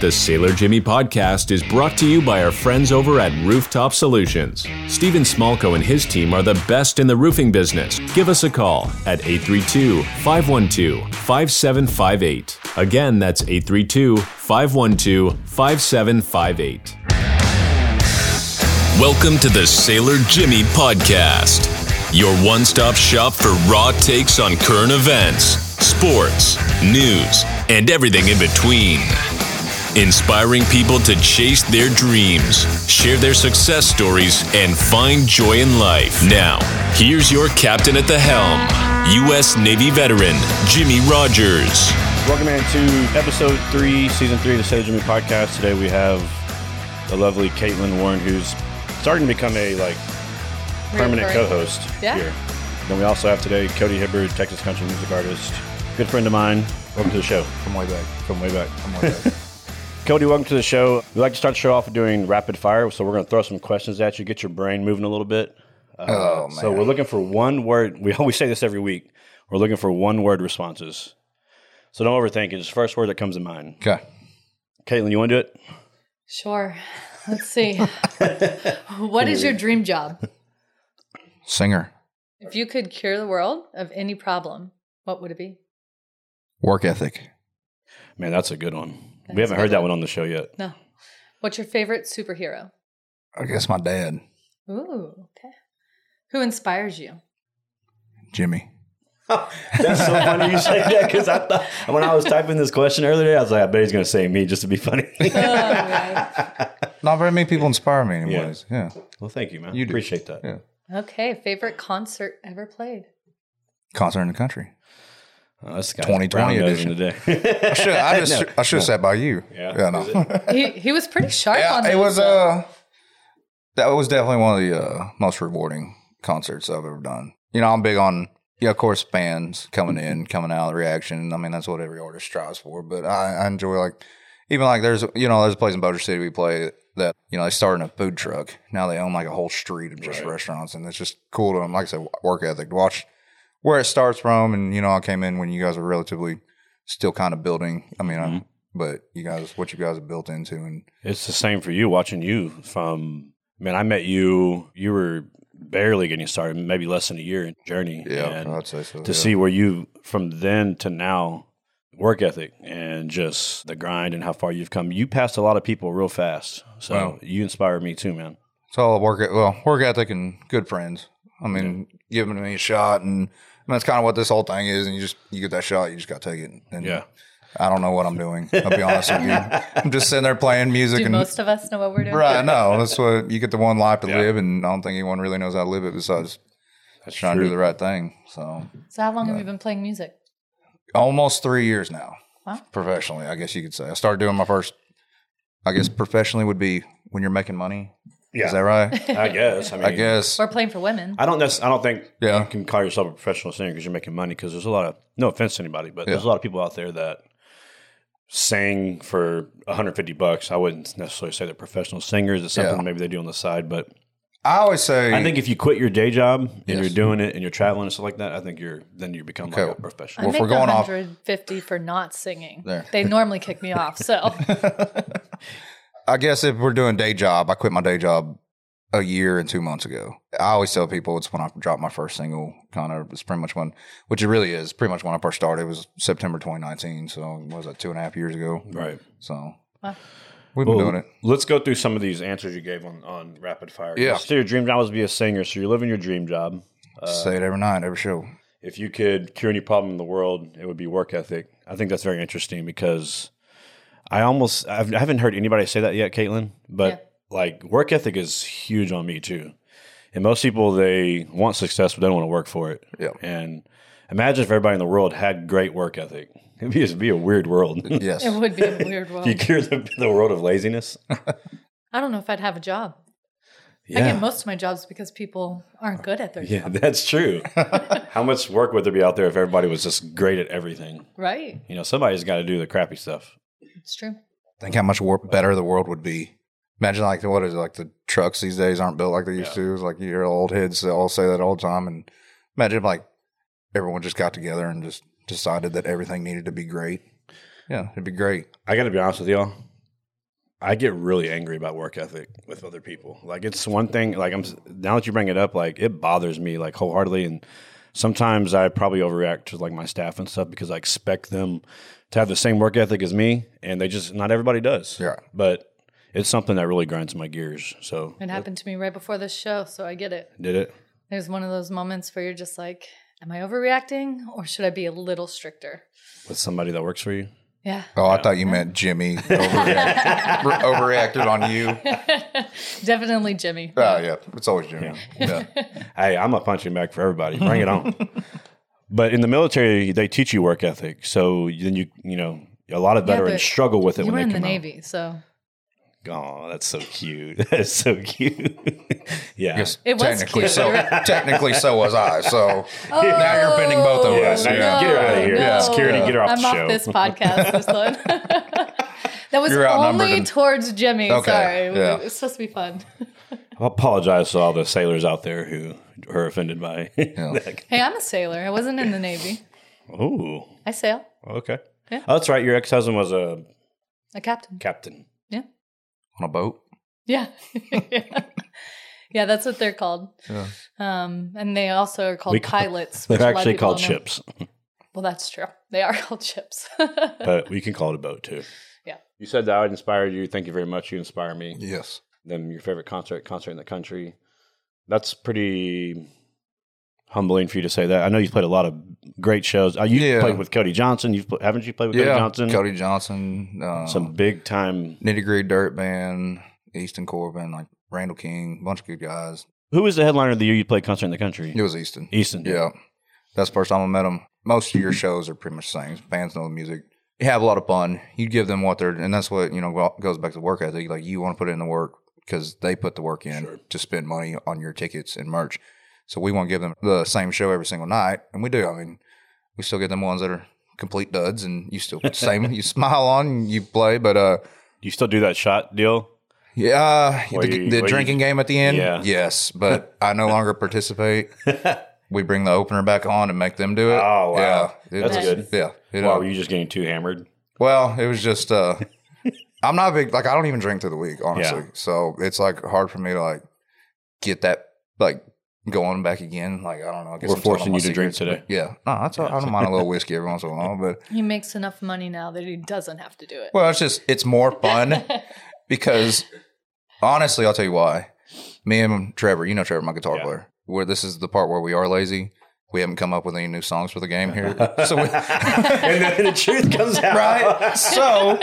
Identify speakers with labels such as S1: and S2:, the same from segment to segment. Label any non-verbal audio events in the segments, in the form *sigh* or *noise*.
S1: The Sailor Jimmy podcast is brought to you by our friends over at Rooftop Solutions. Steven Smalko and his team are the best in the roofing business. Give us a call at 832 512 5758. Again, that's 832 512 5758. Welcome to the Sailor Jimmy podcast, your one stop shop for raw takes on current events, sports, news, and everything in between. Inspiring people to chase their dreams, share their success stories, and find joy in life. Now, here's your captain at the helm, U.S. Navy veteran Jimmy Rogers.
S2: Welcome into episode three, season three of the Sage Jimmy podcast. Today we have the lovely Caitlin Warren, who's starting to become a like permanent
S3: Reoccurring.
S2: co-host
S3: Yeah.
S2: here. Then we also have today Cody Hibbard, Texas country music artist, good friend of mine. Welcome to the show
S4: From way back.
S2: from way back.
S4: From way back.
S2: Cody, welcome to the show. We like to start the show off with doing rapid fire, so we're going to throw some questions at you, get your brain moving a little bit. Uh,
S4: oh man.
S2: So we're looking for one word. We always say this every week. We're looking for one word responses. So don't overthink it. Just first word that comes to mind.
S4: *laughs* okay.
S2: Caitlin, you want to do it?
S3: Sure. *laughs* Let's see.
S4: *laughs*
S3: what is your dream job?
S4: Singer.
S3: If you could cure the world of any problem, what would it be?
S4: Work ethic.
S2: Man, that's a good one. we
S3: That's
S2: haven't
S3: a
S2: heard
S3: good
S2: that one on the show yet.
S3: No. What's your favorite superhero?
S4: I guess my dad,
S3: Ooh, okay. Who inspires
S4: *laughs*
S3: you?
S4: Jimmy.
S2: That's so funny you say that because I thought when I was typing this question earlier, I was like, I bet he's going to say me just to be funny.
S3: Oh, man.
S4: Not very many people inspire me anyways. Yeah.
S2: *laughs* well, thank you, man.
S4: You do.
S2: Appreciate that.
S4: Yeah.
S3: okay, favorite concert ever played?
S4: Concert in the country.
S2: Oh, this guy's
S4: 2020
S2: brown
S4: edition.
S2: today.
S4: I *laughs* should I just I should have sat by you.
S2: Yeah.
S4: no.
S2: Is it-
S3: He, he was pretty sharp on
S4: yeah, it
S3: those,
S4: was
S3: though.
S4: uh that was definitely one of the uh, most rewarding concerts I've ever done. You know, I'm big on yeah, of course, fans coming in, coming out, reaction. I mean, that's what every artist strives for. But I, I enjoy like even like there's you know there's a place in Boulder City we play that you know they started in a food truck. Now they own like a whole street of just
S2: Right.
S4: restaurants, and it's just cool to them. Like I said, work ethic. Watch where it starts from, and you know I came in when you guys were relatively still kind of building. I mean, I, but you guys, what you guys have built into, and
S2: It's the same for you watching you from, man, I met you, you were barely getting started, maybe less than a year in journey.
S4: yeah,
S2: And
S4: I'd say so.
S2: to
S4: yeah.
S2: see where you, from then to now, work ethic and just the grind and how far you've come. You passed a lot of people real fast. So
S4: Wow.
S2: you inspired me too, man.
S4: It's all work at well, work ethic and good friends. I mean, giving me a shot, and I mean, that's kind of what this whole thing is. And you just you get that shot, you just got to take it. And
S2: Yeah.
S4: I don't know what I'm doing. I'll be
S2: *laughs*
S4: honest with you. I'm just sitting there playing music
S3: Do
S4: and
S3: most of us know what we're doing?
S4: right. No, that's what you get the one life to
S2: Yeah.
S4: live, and I don't think anyone really knows how to live it besides
S2: That's
S4: trying to do the right thing. So
S3: So how long have you been playing music?
S4: almost three years now,
S3: Wow.
S4: professionally. I guess you could say I started doing my first. I guess professionally would be when you're making money.
S2: Yeah.
S4: Is
S3: *laughs*
S4: that right?
S2: I guess. I mean,
S4: I guess.
S3: Or playing for women?
S2: I don't. Nec- I don't think
S4: Yeah.
S2: you can call yourself a professional singer because you're making money. Because there's a lot of no offense to anybody, but there's
S4: Yeah.
S2: a lot of people out there that sing for 150 bucks. I wouldn't necessarily say they're professional singers. It's something
S4: Yeah.
S2: maybe they do on the side, but
S4: I always say
S2: I think if you quit your day job and
S4: Yes.
S2: you're doing it and you're traveling and stuff like that, I think you're then you become
S4: Okay.
S2: like a professional.
S3: I
S4: if
S3: make
S4: we're going off-
S3: 150 for not singing.
S4: There.
S3: They normally kick me off.
S4: *laughs*
S3: So
S4: I guess if we're doing day job, I quit my day job a year and two months ago. I always tell people it's when I dropped my first single, kind of. It's pretty much when, which it really is, pretty much when I first started. It was September 2019. So, what was that, two and a half years ago?
S2: right.
S4: So,
S3: Wow.
S4: we've been
S2: Well,
S4: doing it.
S2: Let's go through some of these answers you gave on on rapid fire.
S4: Yeah.
S2: So your dream job was to be a singer. So you're living your dream job.
S4: Say it every night, every show.
S2: if you could cure any problem in the world, it would be work ethic. I think that's very interesting because I almost I've, I haven't heard anybody say that yet, Caitlin. But like work ethic is huge on me too. And most people they want success, but they don't want to work for it.
S4: Yeah.
S2: And imagine if everybody in the world had great work ethic. It'd be, it'd be a weird world. *laughs* if
S4: Yes.
S3: it would be a weird world.
S2: you cure the, the world of laziness.
S3: I don't know if I'd have a job. I get most of my jobs because people aren't good at
S2: *laughs*
S3: their
S2: Yeah,
S3: job.
S2: that's
S3: *laughs*
S2: true. How much work would there be out there if everybody was just great at everything?
S3: Right.
S2: You know, somebody's got to do the crappy stuff.
S3: It's true.
S4: think how much wor- better the world would be. Imagine like what is it, like the trucks these days aren't built like they used
S2: Yeah.
S4: to. It's like your old heads all say that all the time. And imagine if, like everyone just got together and just decided that everything needed to be great. Yeah, it'd be great.
S2: I got to be honest with y'all. I get really angry about work ethic with other people. Like it's one thing. Like I'm now that you bring it up, like it bothers me like wholeheartedly, and sometimes I probably overreact to like my staff and stuff because I expect them to have the same work ethic as me, and they just not everybody does.
S4: Yeah.
S2: but it's something that really grinds my gears. So
S3: It happened to me right before this show, so I get it.
S2: did it.
S3: There's one of those moments where you're just like, am I overreacting or should I be a little stricter?
S2: with somebody that works for you.
S3: Yeah.
S4: Oh, I thought you
S2: *laughs*
S4: meant Jimmy overreacted, re- overreacted on you.
S3: Definitely Jimmy.
S4: Oh, yeah. It's always Jimmy. Yeah.
S2: *laughs* Hey, I'm a punching bag for everybody. Bring it
S3: *laughs*
S2: on. But in the military, they teach you work ethic. So then you you know a lot of
S3: Yeah,
S2: veterans
S3: but
S2: struggle with it
S3: you
S2: when
S3: were
S2: they come
S3: in the Navy, so
S2: out. Oh, that's so cute. *laughs* That's so cute. *laughs* yeah.
S4: Yes,
S3: It was
S4: technically
S3: cute,
S4: so.
S3: you're right. Oh.
S4: technically so was I. So now you're bending both of
S2: Yeah,
S4: us.
S2: now you're-
S4: Yeah.
S2: get her outta here.
S4: Yeah.
S2: Security, get her off
S3: I'm
S2: the
S3: off
S2: show.
S3: this
S2: *laughs*
S3: podcast. This one. that was
S4: You're outnumbered
S3: only
S4: and-
S3: towards Jimmy.
S4: Okay,
S3: Sorry,
S4: yeah.
S3: it was supposed to be fun.
S2: I apologize to all the sailors out there who are offended by. *laughs*
S3: Hey, I'm a sailor. I wasn't in the Navy.
S2: oh,
S3: I sail.
S2: okay.
S3: Yeah.
S2: Oh, that's right. Your ex husband was a
S3: A captain.
S2: captain.
S3: Yeah.
S4: On a boat.
S3: Yeah. *laughs* yeah, that's what they're called.
S4: Yeah.
S3: Um, and they also are called
S2: We call-
S3: pilots.
S2: They're
S3: which a lot of
S2: actually
S3: people
S2: called
S3: don't know. *laughs*
S2: ships,
S3: Well, that's true. They are *laughs* called ships.
S2: but we can call it a boat too.
S3: Yeah.
S2: You said that I inspired you. Thank you very much. You inspire me.
S4: Yes.
S2: Then your favorite concert, concert in the country. That's pretty humbling for you to say that. I know you've played a lot of great shows. Uh, you
S4: Yeah.
S2: played with Cody Johnson. You've pl- haven't you played with
S4: yeah.
S2: Cody Johnson?
S4: Cody Johnson. Uh,
S2: Some big time.
S4: nitty gritty dirt band. Easton Corbin, like Randall King, bunch of good guys.
S2: Who was the headliner of the year you played concert in the country?
S4: It was Easton.
S2: Easton.
S4: Yeah. That's the first time I met him. Most of your shows are pretty much the same. Fans know the music. You have a lot of fun. You give them what they're, and that's what, you know, go- goes back to work ethic. Like, you want to put in the work because they put the work in to spend money on your tickets and merch. So we want to give them the same show every single night. And we do. I mean, we still get them ones that are complete duds and you still, same, *laughs* you smile on, and you play, but, uh,
S2: Do you still do that shot deal?
S4: yeah, uh,
S2: Where
S4: the,
S2: you-
S4: the
S2: where you-
S4: drinking game at the end.
S2: Yeah.
S4: Yes, but I
S2: *laughs*
S4: no longer participate. We bring the opener back on and make them do it.
S2: Oh, wow.
S4: Yeah, it
S2: That's
S4: was-
S2: good.
S4: Yeah. It,
S2: Wow,
S4: uh,
S2: were you just getting too hammered?
S4: well, it was
S2: *laughs*
S4: just uh, I'm not a big like I don't even drink through the week honestly, so it's like hard for me to like get that like going back again. Like I don't know. I guess
S2: We're
S4: I'm telling
S2: forcing
S4: my
S2: you to drink
S4: secrets,
S2: today. *laughs*
S4: but Yeah, no, that's all, I don't mind a little whiskey every once in a while, but
S3: he makes enough money now that he doesn't have to do it.
S4: Well, it's just it's more fun because honestly, I'll tell you why. Me and Trevor, you know Trevor, my guitar
S2: Yeah.
S4: player. Where this is the part where we are lazy. We haven't come up with any new songs for the game here, so
S2: *laughs*
S4: we,
S2: and then the truth
S4: *laughs*
S2: comes out.
S4: right? So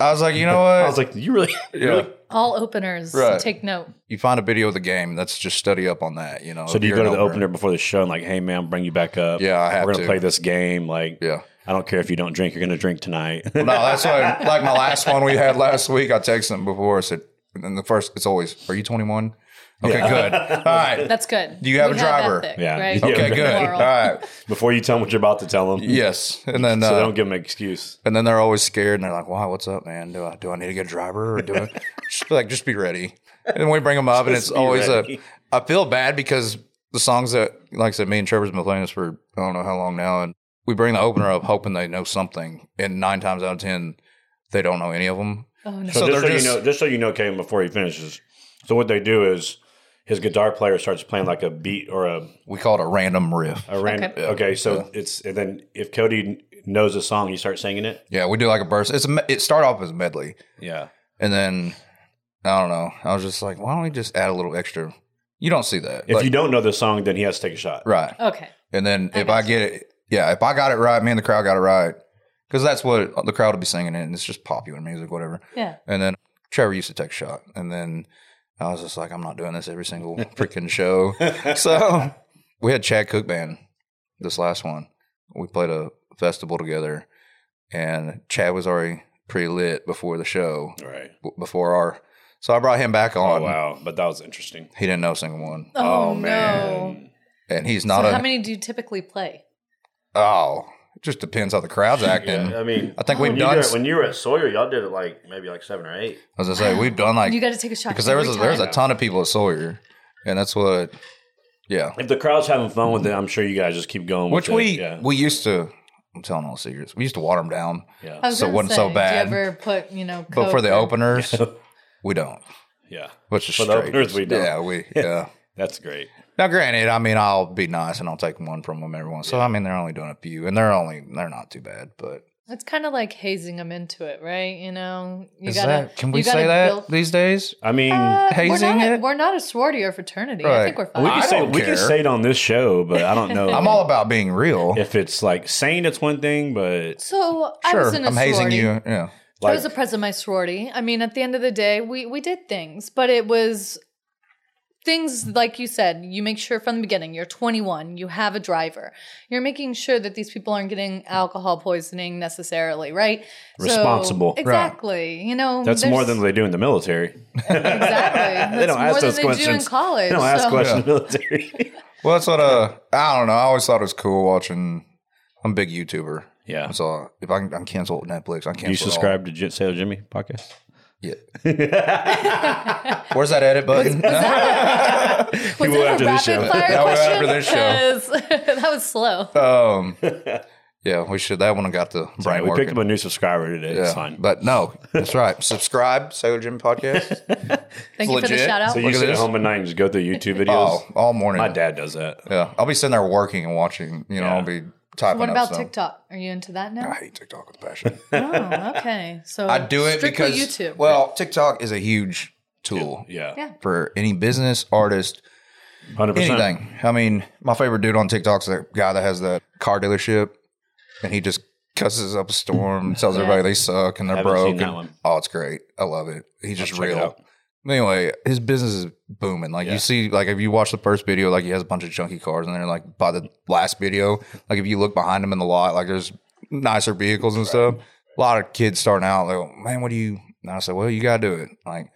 S4: I was like, you know what?
S2: I was like, you really? *laughs* really?
S3: All openers
S4: Right.
S3: take note.
S4: you find a video of the game. Let's just study up on that. You know.
S2: So
S4: if
S2: do you go
S4: you're
S2: to
S4: an
S2: the opener before the show and like, hey man, bring you back up?
S4: Yeah, I have
S2: We're gonna
S4: to.
S2: play this game. Like,
S4: Yeah.
S2: I don't care if you don't drink, you're gonna drink tonight. *laughs*
S4: No, that's what. Like my last one we had last week, I texted him before. I said, and then the first, it's always, "Are you 21?" Okay, good. All right.
S3: That's good.
S4: Do you have
S3: We
S4: a driver?
S2: *laughs*
S3: ethic,
S2: Yeah. *laughs*
S3: Right?
S2: Okay,
S4: okay,
S2: Yeah.
S4: good. All
S3: Moral.
S4: right.
S2: Before you tell them what you're about to tell them.
S4: Yes, and then
S2: So
S4: uh,
S2: they don't give them an excuse.
S4: And then they're always scared, and they're like, "Wow, what's up, man? Do I do I need to get a driver or
S2: *laughs*
S4: do I just be like just be ready?" And then we bring them up, and it's
S2: be
S4: always
S2: ready.
S4: a. I feel bad because the songs that, like I said, me and Trevor's been playing this for I don't know how long now, and we bring the opener up hoping they know something, and nine times out of ten, they don't know any of them.
S3: Oh, no.
S2: So,
S4: So
S2: just so
S4: they're
S2: you
S4: just-
S2: know, just so you know, Kane, before he finishes. So what they do is his guitar player starts playing like a beat or a,
S4: We call it a random riff.
S2: a random. Okay,
S3: Okay.
S2: so it's and then if Cody kn- knows a song, you start singing it.
S4: Yeah, we do like a burst. It's a, me- it started off as a medley,
S2: Yeah.
S4: and then I don't know. I was just like, why don't we just add a little extra? You don't see that
S2: If
S4: like-
S2: you don't know the song, then he has to take a shot.
S4: right.
S3: Okay.
S4: And then if
S3: got
S4: I get it, yeah, if I got it right, me and the crowd got it right, because that's what the crowd will be singing, and it's just popular music, whatever.
S3: Yeah.
S4: And then Trevor used to take a shot, and then I was just like, I'm not doing this every
S2: *laughs*
S4: single freaking show. so we had Chad Cook band this last one. We played a festival together, and Chad was already pre lit before the show,
S2: All *laughs* right.
S4: b- before our. So I brought him back
S2: Oh
S4: on.
S2: wow, but that was interesting.
S4: He didn't know a single one,
S3: Oh,
S2: Oh,
S3: no.
S2: man.
S4: and he's
S3: So
S4: not a
S3: how many do you typically play?
S4: oh. It just depends how the crowd's
S2: *laughs*
S4: acting.
S2: Yeah, I mean,
S4: I think we've
S2: when you,
S4: done.
S2: did it- when you were at Sawyer, y'all did it like maybe like seven or eight.
S4: I was gonna say we've done like
S3: you got to take a shot
S4: because there was a,
S3: every
S4: there was a
S3: time.
S4: ton of people at Sawyer, and that's what, yeah.
S2: If the crowd's having fun with it, I'm sure you guys just keep going.
S4: Which
S2: with
S4: we
S2: it. yeah.
S4: we used to I'm telling all secrets. We used to water them down,
S3: I
S2: Yeah.
S3: was
S4: So it
S3: gonna
S4: wasn't so
S3: say,
S4: bad.
S3: Do you ever put you know?
S4: but for
S3: Coke
S4: the
S3: or-
S4: openers,
S2: *laughs*
S4: we don't.
S2: Yeah.
S4: Which is
S2: For the
S4: straight.
S2: openers, we don't.
S4: Yeah, we yeah.
S2: That's great.
S4: Now, granted, I mean, I'll be nice and I'll take one from them every once. So I mean, they're only doing a few, and they're only they're not too bad. But
S3: It's kind of like hazing them into it, right? You know, you
S4: is
S3: gotta.
S4: that can we
S3: you gotta
S4: say that
S3: build-
S4: these days?
S2: I mean,
S3: Uh,
S4: hazing
S3: we're not,
S4: it?
S3: We're not a sorority or fraternity. I
S4: Right.
S3: think we're
S2: we
S3: fine.
S2: can
S4: I
S2: say
S4: don't
S2: we can
S4: care.
S2: say it on this show, but I don't know.
S4: *laughs* I'm all about being real.
S2: if it's like saying it's one thing, but
S3: so I
S4: sure,
S3: was in a
S4: I'm hazing
S3: sorority.
S4: you. Yeah,
S3: I
S2: like
S3: was the president of my sorority. I mean, at the end of the day, we we did things, but it was things like you said. You make sure from the beginning you're 21, you have a driver, you're making sure that these people aren't getting alcohol poisoning necessarily, right? So-
S2: Responsible. Right.
S3: exactly. You know,
S2: that's
S3: there's-
S2: more than they do in the military.
S3: *laughs*
S2: *laughs* they
S3: exactly. That's
S2: don't
S3: more
S2: ask
S3: than
S2: those
S3: they
S2: questions.
S3: do in college.
S2: They don't ask
S3: so-
S2: questions in the
S4: *laughs*
S2: military.
S4: well, that's what uh, I don't know. I always thought it was cool watching. I'm a big YouTuber.
S2: yeah.
S4: So if I can, I'm cancel Netflix, I cancel.
S2: Do you
S4: it all.
S2: subscribe to J- Sailor Jimmy podcast?
S3: *laughs*
S4: Yeah. Where's that edit button?
S3: Was
S2: People
S3: that
S2: after
S3: a
S2: this show.
S3: rapid fire
S4: That was
S3: question?
S4: after this show.
S3: 'Cause that was *laughs* slow.
S4: um, yeah, we should. That one got the brain
S2: Right, we
S4: working.
S2: picked up a new subscriber today.
S4: yeah,
S2: It's fine.
S4: But no, that's right. subscribe, Sailor Jim
S2: *laughs*
S4: Podcast.
S3: Thank you for the
S4: legit.
S3: shout out.
S2: so you
S4: Look
S2: can
S4: at
S2: sit at
S4: this.
S2: home at night and just go
S4: *laughs*
S2: through YouTube videos.
S4: Oh, all morning.
S2: My dad does that.
S4: Yeah, I'll be sitting there working and watching. You know, I'll be typing.
S3: what
S4: up
S3: about
S4: some-
S3: TikTok? Are you into that now?
S4: *laughs* I hate TikTok with passion.
S3: Oh, okay. So
S4: I do it
S3: strictly
S4: because
S3: YouTube.
S4: Well, TikTok is a huge tool
S2: Yeah.
S3: Yeah.
S4: for any business artist,
S2: 100%.
S4: anything. I mean, my favorite dude on TikTok's that guy that has that car dealership, and he just cusses up a
S2: *laughs*
S4: storm, tells
S3: Yeah.
S4: everybody they suck and they're
S2: Haven't seen
S4: broke.
S2: that
S4: and-
S2: one.
S4: Oh, it's great. I love it. He's just
S2: check it
S4: real.
S2: out.
S4: Anyway, his business is booming. Like
S2: Yeah.
S4: you see, like if you watch the first video, like he has a bunch of junky cars in there. Like by the last video, like if you look behind him in the lot, like there's nicer vehicles and stuff. A lot of kids starting out, like, man, what do you? And I said, well, you gotta do it. Like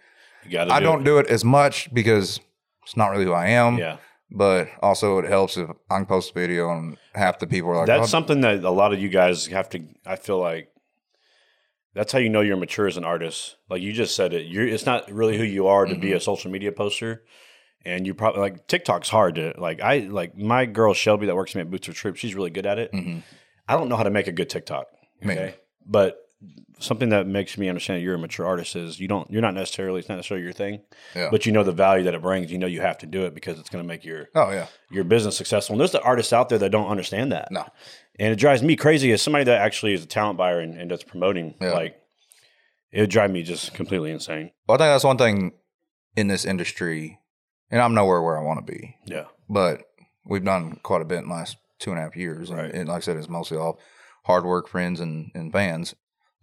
S2: You gotta
S4: I
S2: do
S4: don't
S2: it.
S4: do it as much because it's not really who I am.
S2: Yeah.
S4: But also, it helps if I can post a video and half the people are like,
S2: That's
S4: oh,
S2: something that a lot of you guys have to, I feel like, that's how you know you're mature as an artist. Like you just said it. You're, it's not really who you are to be
S4: Mm-hmm.
S2: a social media poster. And you probably like TikTok's hard to like. I like my girl Shelby that works with me at Boots or Troop. She's really good at it. I don't know how to make a good TikTok. Okay.
S4: Mm-hmm. Man.
S2: But something that makes me understand that you're a mature artist is you don't you're not necessarily it's not necessarily your thing.
S4: Yeah.
S2: But you know the value that it brings. You know you have to do it because it's gonna make your
S4: oh yeah,
S2: your business successful. And there's the artists out there that don't understand that.
S4: No.
S2: And it drives me crazy as somebody that actually is a talent buyer and, and does promoting.
S4: Yeah.
S2: Like it would drive me just completely insane.
S4: Well, I think that's one thing in this industry, and I'm nowhere where I want to be,
S2: Yeah.
S4: but we've done quite a bit in the last two and a half years.
S2: Right.
S4: And, and like I said, it's mostly all hard work, friends, and, and fans.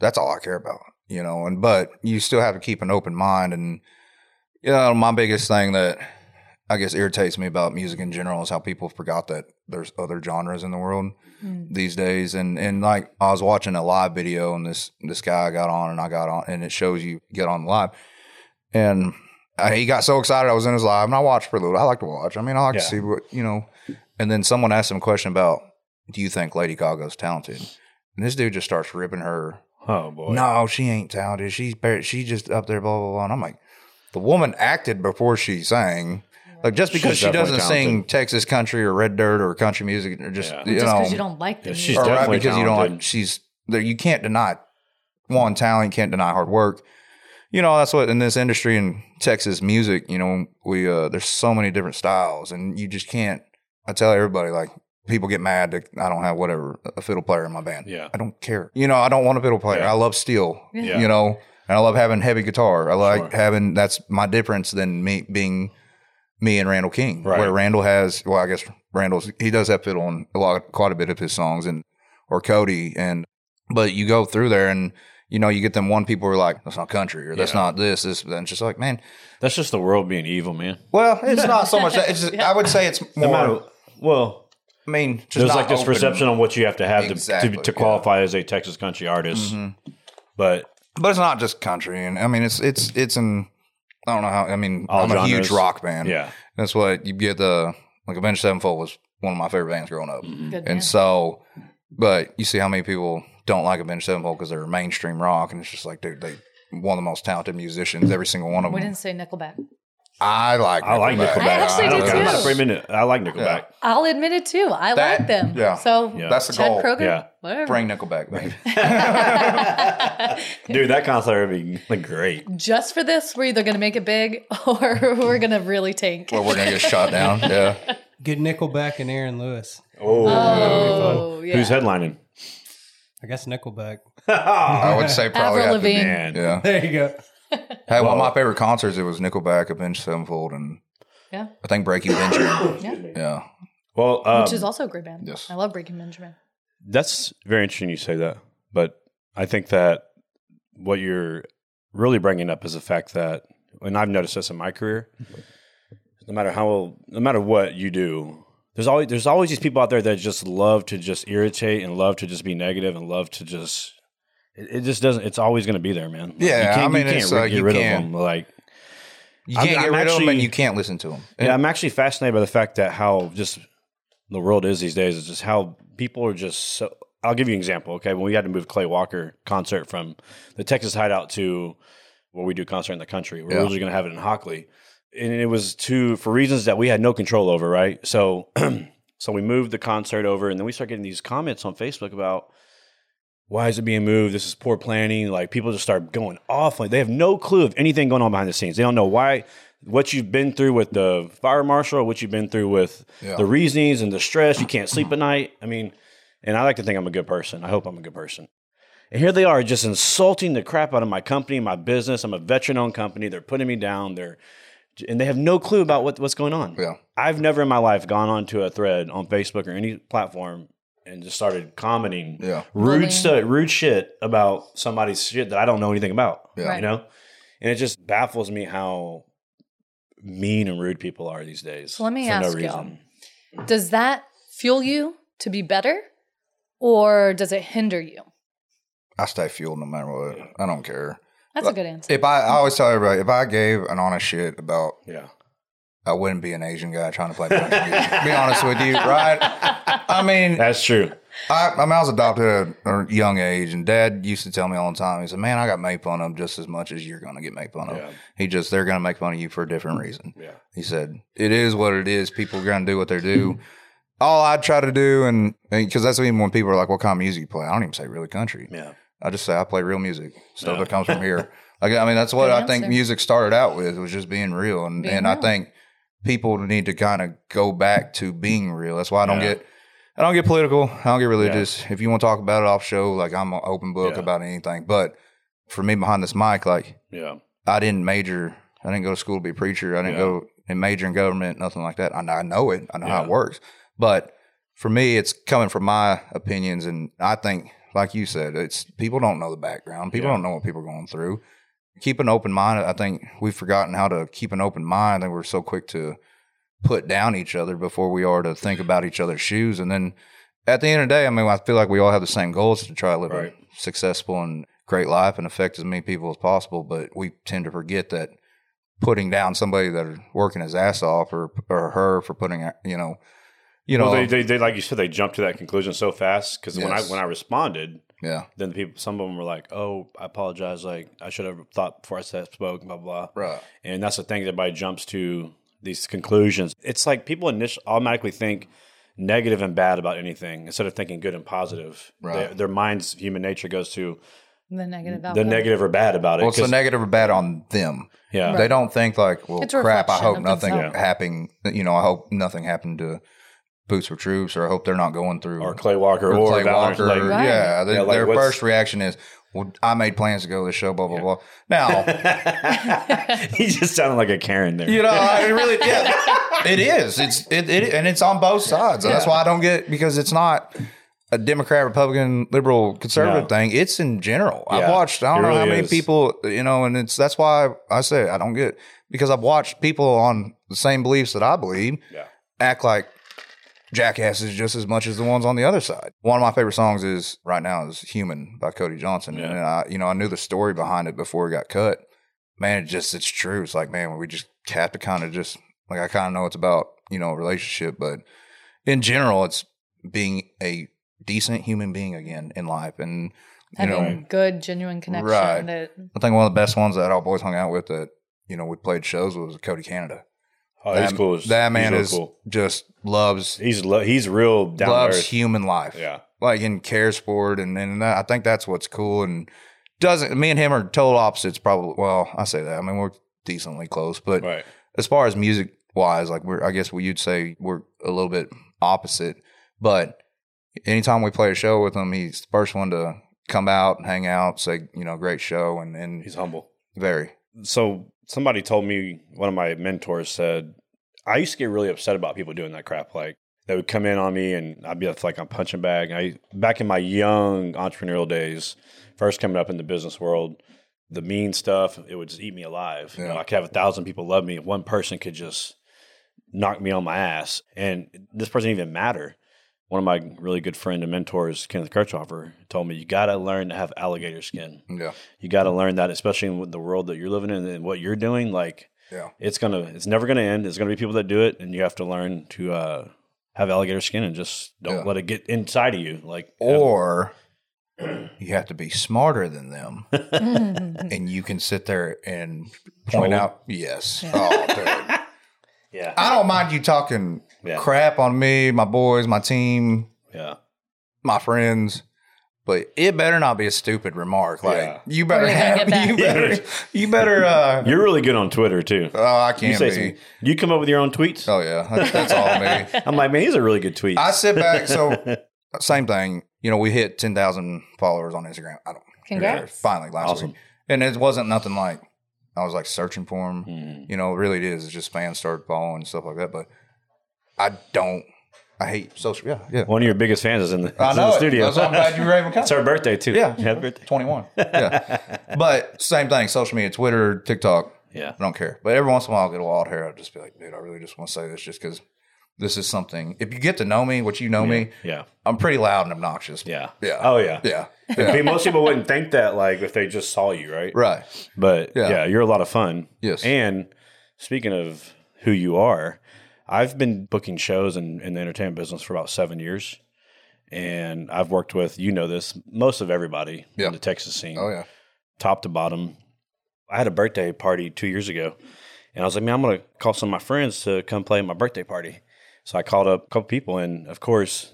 S4: That's all I care about, you know. And but you still have to keep an open mind. And you know, my biggest thing that I guess irritates me about music in general is how people forgot that there's other genres in the world
S3: Mm.
S4: these days and and like I was watching a live video and this this guy got on and I got on and it shows you get on live and uh, he got so excited I was in his live and I watched for a little I like to watch I mean I like to
S2: Yeah.
S4: see what you know and then someone asked him a question about do you think Lady Gaga's talented and this dude just starts ripping her
S2: Oh boy.
S4: no she ain't talented she's bare, she just up there blah blah blah and I'm like the woman acted before she sang like just because
S2: She's
S4: she
S2: definitely
S4: doesn't sing Texas country or red dirt or country music or just
S2: Yeah.
S4: you
S3: just
S4: know
S3: because you don't like the
S2: Yeah, she's
S3: music.
S4: or right,
S2: definitely
S4: because you don't
S2: talented.
S4: like she's there you can't deny one talent you can't deny hard work you know that's what in this industry in texas music you know we uh there's so many different styles and you just can't i tell everybody like people get mad that i don't have whatever a fiddle player in my band
S2: Yeah.
S4: i don't care you know i don't want a fiddle player
S2: Yeah.
S4: i love steel
S2: Yeah.
S4: you know and i love having heavy guitar i
S2: Sure.
S4: like having that's my difference than me being me and Randall King,
S2: Right.
S4: where Randall has, well, I guess Randall's, he does have fiddle on a lot, quite a bit of his songs and, or Cody. And, but you go through there and, you know, you get them one people who are like, that's not country or that's
S2: Yeah.
S4: not this, this, and it's just like, man,
S2: That's just the world being evil, man.
S4: well, it's not so much that. It's just, I would say it's
S2: *laughs*
S4: more,
S2: No matter well,
S4: I mean, just
S2: there's
S4: not
S2: like this
S4: open.
S2: perception on what you have to have to,
S4: Exactly,
S2: to, to
S4: yeah. Mm-hmm.
S2: qualify as a Texas country artist. But
S4: but it's not just country. And I mean, it's, it's, it's an, I don't know how, I mean,
S2: All
S4: I'm a huge
S2: genres.
S4: rock band.
S2: yeah.
S4: That's what you get the, like Avenged Sevenfold was one of my favorite bands growing
S2: Mm-hmm.
S4: up.
S3: Good man.
S4: And so, but you see how many people don't like Avenged Sevenfold because they're mainstream rock, and it's just like, dude, they one of the most talented musicians, every single one of
S3: we
S4: them.
S3: didn't say Nickelback.
S4: I like.
S2: I like Nickelback.
S3: I actually
S2: don't
S3: do
S2: care. I'm not
S3: too.
S2: afraid to admit it. I like Nickelback.
S3: I'll admit it too. I
S4: That-
S3: like them.
S4: yeah.
S3: So
S2: Yeah.
S4: That's the
S3: Chad
S4: goal.
S3: Kroger,
S2: Yeah.
S3: whatever.
S4: Bring
S3: *laughs*
S4: Nickelback, baby.
S2: Dude, that concert would be like, great.
S3: Just for this, we're either going to make it big *laughs* or we're going to really tank.
S4: Where we're gonna get shot down. Yeah.
S5: Get Nickelback and Aaron Lewis.
S2: Oh,
S3: Oh, yeah.
S2: who's headlining?
S5: I guess Nickelback. *laughs*
S2: Oh,
S4: I would say probably.
S3: Avril
S4: have to be-
S3: Lavigne.
S2: Man,
S4: Yeah.
S5: There you go.
S4: Hey, one of my favorite concerts it was Nickelback, Avenged Sevenfold, and
S3: Yeah.
S4: I think Breaking Benjamin.
S3: Yeah.
S4: yeah.
S2: Well, um,
S3: Which is also a great band.
S4: yes.
S3: I love Breaking Benjamin.
S2: that's very interesting you say that. But I think that what you're really bringing up is the fact that, and I've noticed this in my career,
S4: Mm-hmm.
S2: no matter how, no matter what you do, there's always there's always these people out there that just love to just irritate and love to just be negative and love to just it, it just doesn't it's always going to be there, man. Like,
S4: Yeah, I mean,
S2: you can't
S4: it's
S2: ri-
S4: like
S2: get
S4: you
S2: rid
S4: can't-
S2: of them. Like
S4: You
S2: I'm-
S4: can't get
S2: I'm
S4: rid of them
S2: actually-
S4: and you can't listen to them.
S2: Yeah, I'm actually fascinated by the fact that how just the world is these days is just how people are just so. I'll give you an example. Okay, when we had to move Clay Walker concert from the Texas Hideout to where we do concert in the country, we're
S4: Yeah.
S2: usually going to have it in Hockley, and it was to for reasons that we had no control over. Right, so *clears throat* so we moved the concert over, and then we start getting these comments on Facebook about why is it being moved? This is poor planning. Like people just start going off. Like they have no clue of anything going on behind the scenes. They don't know why what you've been through with the fire marshal, what you've been through with
S4: Yeah.
S2: the reasonings and the stress. You can't sleep at night. I mean, and I like to think I'm a good person. I hope I'm a good person. And here they are just insulting the crap out of my company, my business. I'm a veteran owned company. They're putting me down. They're and they have no clue about what, what's going on.
S4: Yeah.
S2: I've never in my life gone onto a thread on Facebook or any platform and just started commenting
S4: Yeah.
S2: rude
S3: Bullying.
S2: stuff, rude shit about somebody's shit that I don't know anything about.
S4: Yeah.
S3: Right.
S2: You know, and it just baffles me how mean and rude people are these days.
S3: So let me
S2: for
S3: ask y'all. Does that fuel you to be better or does it hinder you?
S4: I stay fueled no matter what. I don't care.
S3: That's a good answer.
S4: If I, I always tell everybody, if I gave an honest shit about,
S2: Yeah.
S4: I wouldn't be an Asian guy trying to play country music. be honest with you, right? I mean,
S2: That's true.
S4: I, I, mean, I was adopted at a young age, and Dad used to tell me all the time. He said, "Man, I got made fun of just as much as you're going to get made fun of.
S2: Yeah.
S4: He just they're going to make fun of you for a different reason."
S2: Yeah.
S4: He said, "It is what it is. People are going to do what they do." All I try to do, and because that's even when people are like, "What kind of music you play?" I don't even say really country.
S2: Yeah.
S4: I just say I play real music, stuff that comes
S3: *laughs*
S4: from here. Like I mean, that's what
S3: Good
S4: I think
S3: answer.
S4: music started out with was just being real, and
S3: Being
S4: and I
S3: real.
S4: think people need to kind of go back to being real. That's why I don't
S2: Yeah.
S4: get. I don't get political. I don't get religious. If you want to talk about it off show, like I'm an open book
S2: Yeah.
S4: about anything. But for me behind this mic, like
S2: Yeah.
S4: I didn't major. I didn't go to school to be a preacher. I didn't
S2: Yeah.
S4: go and major in government, nothing like that. I, I know it. I know how
S2: Yeah.
S4: it works. But for me, it's coming from my opinions, and I think, like you said, it's people don't know the background. People
S2: Yeah.
S4: don't know what people are going through. Keep an open mind. I think we've forgotten how to keep an open mind. I think we're so quick to put down each other before we are to think about each other's shoes. And then at the end of the day, I mean, I feel like we all have the same goals to try to live
S2: Right.
S4: a successful and great life and affect as many people as possible. But we tend to forget that putting down somebody that are working his ass off or or her for putting you know you know
S2: Well, they, they, they, like you said, they jumped to that conclusion so fast because when I
S4: Yes.
S2: when I responded,
S4: yeah
S2: then the people, some of them were like, "Oh, I apologize. Like I should have thought before I said spoke." Blah blah.
S4: right
S2: And that's the thing that everybody jumps to these conclusions. It's like people initially automatically think negative and bad about anything instead of thinking good and positive.
S4: Right.
S2: Their, their mind's human nature goes to
S3: The negative
S2: the
S3: outcome.
S2: negative or bad about it.
S4: well it's the
S2: 'cause-
S4: negative or bad on them
S2: yeah.
S4: they don't think like well
S3: It's a
S4: crap I
S3: reflection
S4: hope
S3: of
S4: nothing
S3: themselves.
S4: happened you know I hope nothing happened to Boots for Troops or I hope they're not going through
S2: Or Clay Walker or,
S4: or Clay
S2: Valorant,
S4: Walker.
S2: like- *laughs*
S3: Right.
S4: Yeah, they-
S2: Yeah, like,
S4: their
S2: what's-
S4: first reaction is, "Well, I made plans to go to the show." Blah blah blah. Now,
S2: he just sounded like a Karen there.
S4: you know, I really, yeah,
S2: *laughs*
S4: it is. It's it, it and it's on both sides. And That's why I don't get because it's not a Democrat, Republican, liberal, conservative
S2: No.
S4: thing. It's in general. I've
S2: Yeah,
S4: watched. I
S2: it
S4: don't know how
S2: really
S4: many
S2: is.
S4: people, you know, and it's that's why I say I don't get because I've watched people on the same beliefs that I believe
S2: Yeah.
S4: act like jackasses just as much as the ones on the other side. One of my favorite songs is right now is "Human" by Cody Johnson,
S2: Yeah.
S4: and I, you know, I knew the story behind it before it got cut. Man, it just it's true. It's like man, we just have to kind of just like I kind of know it's about you know a relationship, but in general, it's being a decent human being again in life, and you
S3: Having
S4: know,
S3: good, genuine connection.
S4: Right.
S3: That,
S4: I think one of the best ones that I've always hung out with that you know we played shows with was Cody Canada.
S2: Oh,
S4: that,
S2: he's cool. as-
S4: that
S2: he's
S4: man
S2: real
S4: is
S2: cool.
S4: just loves
S2: He's lo- he's real down to
S4: loves
S2: earth.
S4: human life.
S2: Yeah,
S4: like in care sport, and and that, I think that's what's cool. And doesn't me and him are total opposites. Probably. Well, I say that. I mean we're decently close, but
S2: right.
S4: as far as music wise, like we're I guess we you'd say we're a little bit opposite, but anytime we play a show with him, he's the first one to come out and hang out, say you know great show, and and
S2: He's humble.
S4: very
S2: So somebody told me one of my mentors said I used to get really upset about people doing that crap. Like they would come in on me, and I'd be like I'm punching bag. I back in my young entrepreneurial days, first coming up in the business world. The mean stuff, it would just eat me alive. You know,
S4: Yeah.
S2: I could have a thousand people love me. One person could just knock me on my ass. And this person didn't even matter. One of my really good friend and mentors, Kenneth Kirchhoffer, told me, you got to learn to have alligator skin
S4: yeah
S2: you got to learn that, especially in the world that you're living in and what you're doing. Like,
S4: yeah
S2: it's gonna, it's never gonna end. There's gonna be people that do it, and you have to learn to uh, have alligator skin and just don't
S4: Yeah.
S2: let it get inside of you. Like,
S4: or. You have to be smarter than
S3: *laughs*
S4: them,
S3: Mhm.
S4: and you can sit there and
S2: Troll
S4: point
S2: them.
S4: out. Yes, oh, dude.
S2: yeah,
S4: I don't mind you talking
S2: yeah,
S4: crap on me, my boys, my team,
S2: yeah,
S4: my friends, but it better not be a stupid remark. Like
S2: Yeah.
S4: you better
S3: Or you're gonna
S4: have,
S3: get
S4: *laughs* you
S2: back.
S4: better, you
S2: *laughs*
S4: better. Uh,
S2: You're really good on Twitter too.
S4: oh, I can't
S2: You say
S4: be.
S2: some, you come up with your own tweets.
S4: Oh yeah, that's, that's
S2: *laughs*
S4: all me.
S2: I'm like, man, these are really good tweets.
S4: I sit
S2: *laughs*
S4: back. So same thing. You know, we hit ten thousand followers on Instagram. I don't care.
S3: Congrats.
S4: Finally last
S2: Awesome.
S4: week, and it wasn't nothing like I was like searching for them.
S2: Mm.
S4: You know, it really it is. It's just fans started following and stuff like that. But I don't. I hate social. Yeah, yeah.
S2: One of your biggest fans is in the, is
S4: I
S2: in the
S4: know. it.
S2: studio.
S4: That's why I'm glad you were able to
S2: *laughs*
S4: come.
S2: it's her birthday too.
S4: Yeah.
S2: Happy birthday.
S4: 21. Yeah. but same thing, social media, Twitter, TikTok,
S2: Yeah,
S4: I don't care. But every once in a while, I'll get a wild hair. I'll just be like, dude, I really just want to say this just because this is something. If you get to know me, what you know me,
S2: yeah,
S4: I'm pretty loud and obnoxious.
S2: yeah,
S4: Yeah.
S2: Oh *laughs* yeah.
S4: Yeah. Yeah.
S2: Pe- Most people wouldn't think that, like, if they just saw you, right?
S4: right.
S2: But yeah.
S4: Yeah.
S2: you're a lot of fun.
S4: Yes.
S2: And speaking of who you are, I've been booking shows in, in the entertainment business for about seven years. And I've worked with, you know, this, most of everybody
S4: Yeah.
S2: in the Texas scene,
S4: Oh, yeah.
S2: top to bottom. I had a birthday party two years ago. And I was like, man, I'm going to call some of my friends to come play at my birthday party. So I called up a couple people. And of course,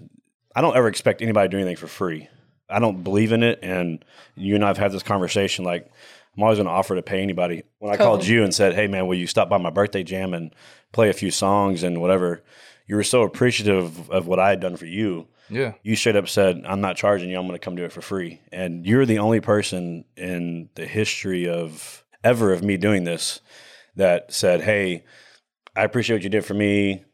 S2: I don't ever expect anybody to do anything for free. I don't believe in it. And you and I have had this conversation. Like, I'm always going to offer to pay anybody. When I called
S3: Totally.
S2: you and said, hey, man, will you stop by my birthday jam and play a few songs and whatever? You were so appreciative of what I had done for you
S4: Yeah.
S2: you straight up said, I'm not charging you. I'm going to come do it for free. And you're the only person in the history of ever of me doing this that said, Hey, I appreciate what you did for me.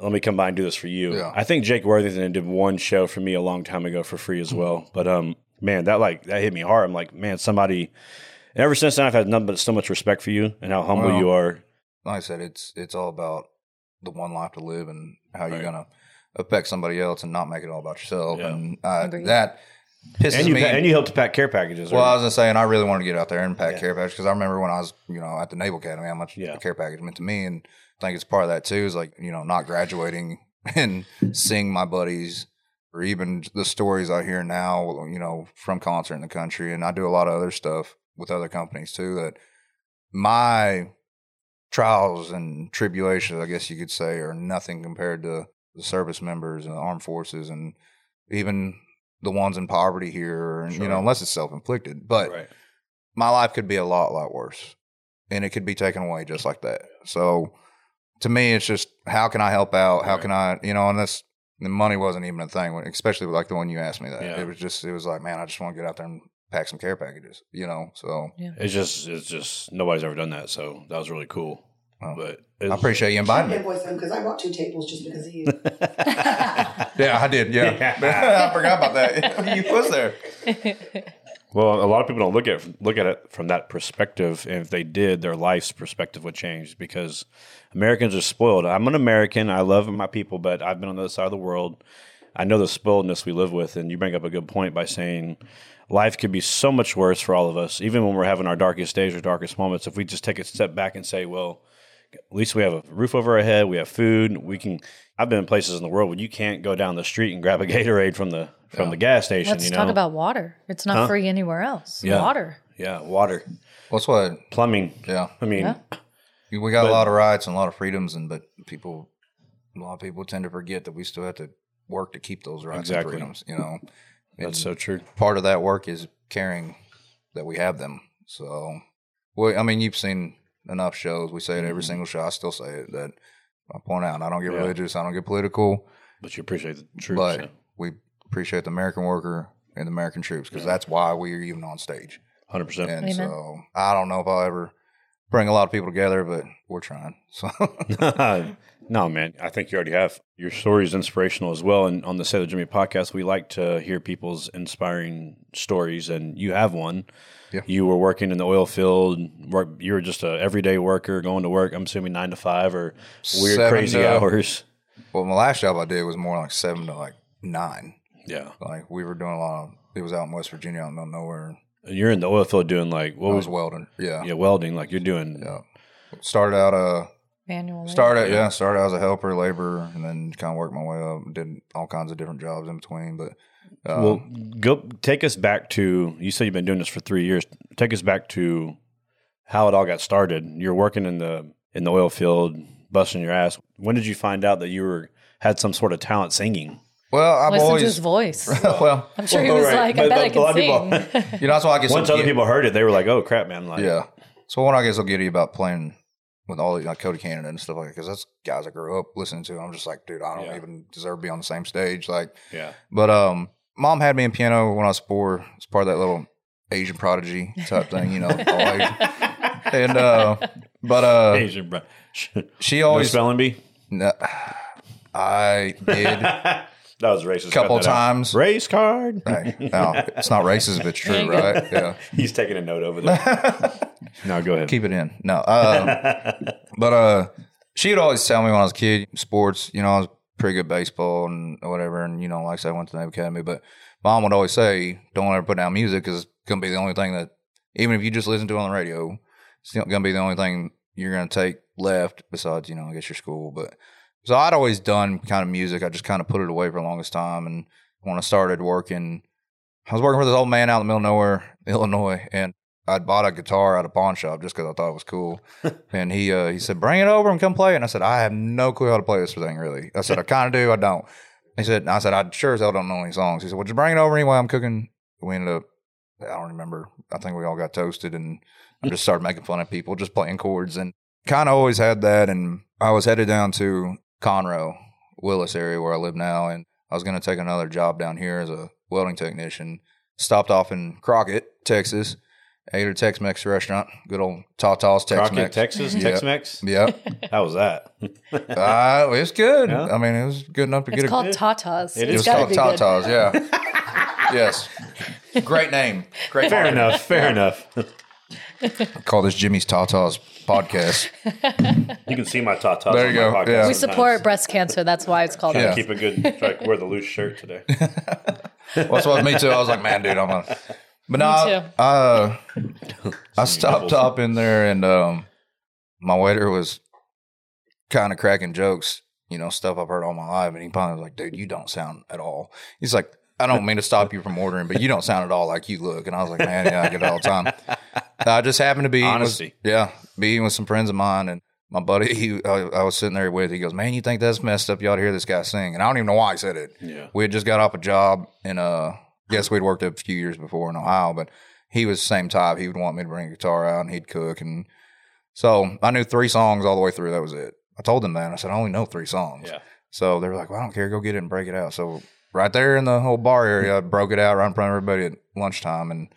S2: Let me come by and do this for you.
S4: Yeah.
S2: I think Jake Worthington did one show for me a long time ago for free as well. But, um, man, that like, that hit me hard. I'm like, man, somebody, and ever since then, I've had nothing but so much respect for you and how humble
S4: Wow.
S2: you are.
S4: Like I said, it's it's all about the one life to live and how
S2: Right.
S4: you're going to affect somebody else and not make it all about yourself.
S2: Yeah.
S4: And uh,
S3: Agreed.
S4: that pisses
S2: And you,
S4: me.
S2: and you helped to pack care packages.
S4: Well, I
S2: right?
S4: was gonna say, and I really wanted to get out there and pack
S2: Yeah.
S4: care packages because I remember when I was, you know, at the Naval Academy, how much
S2: Yeah.
S4: the care package meant to me, and I think it's part of that too is like you know not graduating *laughs* and seeing my buddies or even the stories I hear now, you know, from concert in the country, and I do a lot of other stuff with other companies too. That my trials and tribulations, I guess you could say, are nothing compared to the service members and the armed forces and even the ones in poverty here, and
S2: Sure.
S4: you know, unless it's self inflicted. But
S2: right.
S4: my life could be a lot, lot worse, and it could be taken away just like that. So, to me, it's just how can I help out? How
S2: Right.
S4: can I, you know, and that's the money wasn't even a thing, when- especially like the one you asked me that.
S2: Yeah.
S4: It was just, it was like, man, I just want to get out there and pack some care packages, you know. So,
S2: It's just, it's just, nobody's ever done that. So that was really cool.
S4: Oh.
S2: But
S4: I appreciate you inviting
S6: my
S4: me.
S6: boyfriend because I bought two tables just
S4: *laughs*
S6: because of you.
S4: Yeah, I did. *laughs* Yeah, I forgot about that. *laughs* you was there.
S2: Well, a lot of people don't look at look at it from that perspective, and if they did, their life's perspective would change because Americans are spoiled. I'm an American. I love my people, but I've been on the other side of the world. I know the spoiledness we live with, and you bring up a good point by saying life could be so much worse for all of us, even when we're having our darkest days or darkest moments. If we just take a step back and say, "Well, at least we have a roof over our head, we have food, we can." I've been in places in the world where you can't go down the street and grab a *laughs* Gatorade from the from the gas station.
S3: Let's
S2: you know,
S3: talk about water. It's not free anywhere else.
S2: Yeah.
S3: Water.
S2: yeah, water.
S4: What's what?
S2: Plumbing.
S4: Yeah,
S2: I mean,
S3: Yeah.
S4: we got
S2: But-
S4: a lot of rights and a lot of freedoms, and but people, a lot of people tend to forget that we still have to work to keep those rights
S2: Exactly.
S4: and freedoms. You know, And
S2: that's so true.
S4: part of that work is caring that we have them. So, well, I mean, you've seen enough shows. We say it every single show. I still say it that I point out. I don't get
S2: Mm-hmm. Yeah.
S4: religious. I don't get political.
S2: But you appreciate the truth.
S4: but
S2: so.
S4: we appreciate the American worker and the American troops because that's why we are even on stage.
S2: 100%.
S4: And
S3: Amen.
S4: so I don't know if I'll ever bring a lot of people together, but we're trying. *laughs* So
S2: *laughs* no, man. I think you already have. Your story is inspirational as well. And on the Sailor Jimmy podcast, we like to hear people's inspiring stories, and you have one.
S4: Yeah.
S2: You were working in the oil field. Work. You were just a everyday worker going to work. I'm assuming nine to five or weird,
S4: Seven
S2: crazy
S4: to- *laughs*
S2: hours.
S4: well, my last job I did was more like seven to like nine.
S2: Yeah.
S4: Like we were doing a lot of. It was out in West Virginia, out in the middle of nowhere.
S2: And you're in the oil field doing like what
S4: I
S2: was,
S4: was welding. Yeah.
S2: yeah welding? Like you're doing.
S4: Yeah. Started out uh
S3: Manual. labor.
S4: started
S2: Yeah.
S4: yeah. started out as a helper, laborer, and then kind of worked my way up. Did all kinds of different jobs in between, but uh,
S2: Well, go take us back to you said you've been doing this for three years. Take us back to how it all got started. You're working in the in the oil field, busting your ass. When did you find out that you were had some sort of talent singing?
S4: well, I've
S3: Listen
S4: always
S3: to
S2: *laughs*
S3: his
S4: *laughs*
S3: voice.
S4: well,
S3: I'm sure he was
S2: Oh, right,
S3: like,
S2: but-
S3: I bet
S2: but
S3: I
S2: a lot *laughs*
S3: can
S2: of
S3: sing.
S4: you know that's why I get
S2: Once
S4: so
S2: other
S4: giddy.
S2: people heard it, they were like, "Oh crap, man!" Like,
S4: yeah. So when I get so giddy about playing with all the, like Cody Cannon and stuff like that, because that's guys I grew up listening to. I'm just like, dude, I don't
S2: Yeah.
S4: even deserve to be on the same stage. Like,
S2: yeah,
S4: but um, mom had me in piano when I was four. It's part of that little Asian prodigy type
S3: *laughs*
S4: thing, you know. all Asian. And uh, but uh,
S2: Asian bro. *laughs*
S4: she
S2: no
S4: always
S2: spelling bee.
S4: No, I
S2: *laughs*
S4: did.
S2: that was racist.
S4: Couple
S2: Cut that out.
S4: times.
S2: Race card. *laughs*
S4: Hey, no, it's not racist if it's
S3: There
S4: true,
S3: you go.
S4: right? Yeah.
S2: He's taking a note over there.
S4: *laughs*
S2: no, go ahead.
S4: Keep it in. No.
S2: *laughs*
S4: Um, but uh, she would always tell me when I was a kid, sports, you know, I was pretty good baseball and whatever. And, you know, like I said, I went to the Naval Academy. But mom would always say, don't ever put down music because it's going to be the only thing that, even if you just listen to it on the radio, it's going to be the only thing you're going to take left besides, you know, I guess your school. But so I'd always done kind of music. I just kind of put it away for the longest time. And when I started working, I was working for this old man out in the middle of nowhere, *laughs* Illinois, and I'd bought a guitar at a pawn shop just because I thought it was cool. and he uh, he said, "Bring it over and come play." it." And I said, "I have no clue how to play this thing, really." I said, "I kind of do, I don't." He said, "I said I sure as hell don't know any songs." He said, "Well, just bring it over anyway. I'm cooking." We ended up, I don't remember. I think we all got toasted, and I just started making fun of people, just playing chords, and kind of always had that. And I was headed down to Conroe, Willis area where I live now, and I was going to take another job down here as a welding technician. Stopped off in Crockett, Texas, ate at a Tex Mex restaurant, good old Tata's Tex
S2: Crockett,
S4: Mex.
S2: Texas,
S4: Yeah.
S2: Tex-Mex.
S4: Yeah,
S2: How was that?
S4: uh, it was good.
S2: Yeah.
S4: I mean, it was good enough to
S3: It's
S4: get
S3: called
S4: a.
S3: Tatas.
S2: It
S4: It
S3: it's
S4: was
S2: gotta
S3: got to
S4: called
S3: be good.
S4: Tata's. Yeah. yes. Great name. Great.
S2: Fair
S4: marketing.
S2: enough. *laughs* Fair enough.
S4: Call this Jimmy's Tata's podcast.
S2: You can see my tatas.
S4: There you
S2: on my
S4: go,
S2: podcast
S4: yeah.
S3: We
S2: sometimes.
S3: support breast cancer. That's why it's called.
S4: Yeah.
S3: Yeah.
S2: Keep a good. Try to wear the loose shirt
S4: *laughs*
S2: today.
S4: Well, that's what me too. I was like, man, dude, I'm gonna. But no,
S3: too.
S4: I, uh, I stopped up in there, and um, my waiter was kind of cracking jokes, you know, stuff I've heard all my life. And he finally was like, dude, you don't sound at all. He's like, I don't mean to stop you from ordering, but you don't sound at all like you look. And I was like, man, yeah, I get it all the time. I just happened to be eating with-
S2: Honesty.
S4: yeah, be eating with some friends of mine, and my buddy, he, I, I was sitting there with. He goes, man, you think that's messed up? You ought to hear this guy sing. And I don't even know why he said it.
S2: Yeah.
S4: We had just got off a job in uh guess we'd worked a few years before in Ohio, but he was the same type. He would want me to bring a guitar out and he'd cook and so I knew three songs all the way through. That was it. I told them that. I said, I only know three songs.
S2: Yeah.
S4: So they were like, Well, I don't care, go get it and break it out. So right there in the whole bar area, I broke it out right in front of everybody at lunchtime and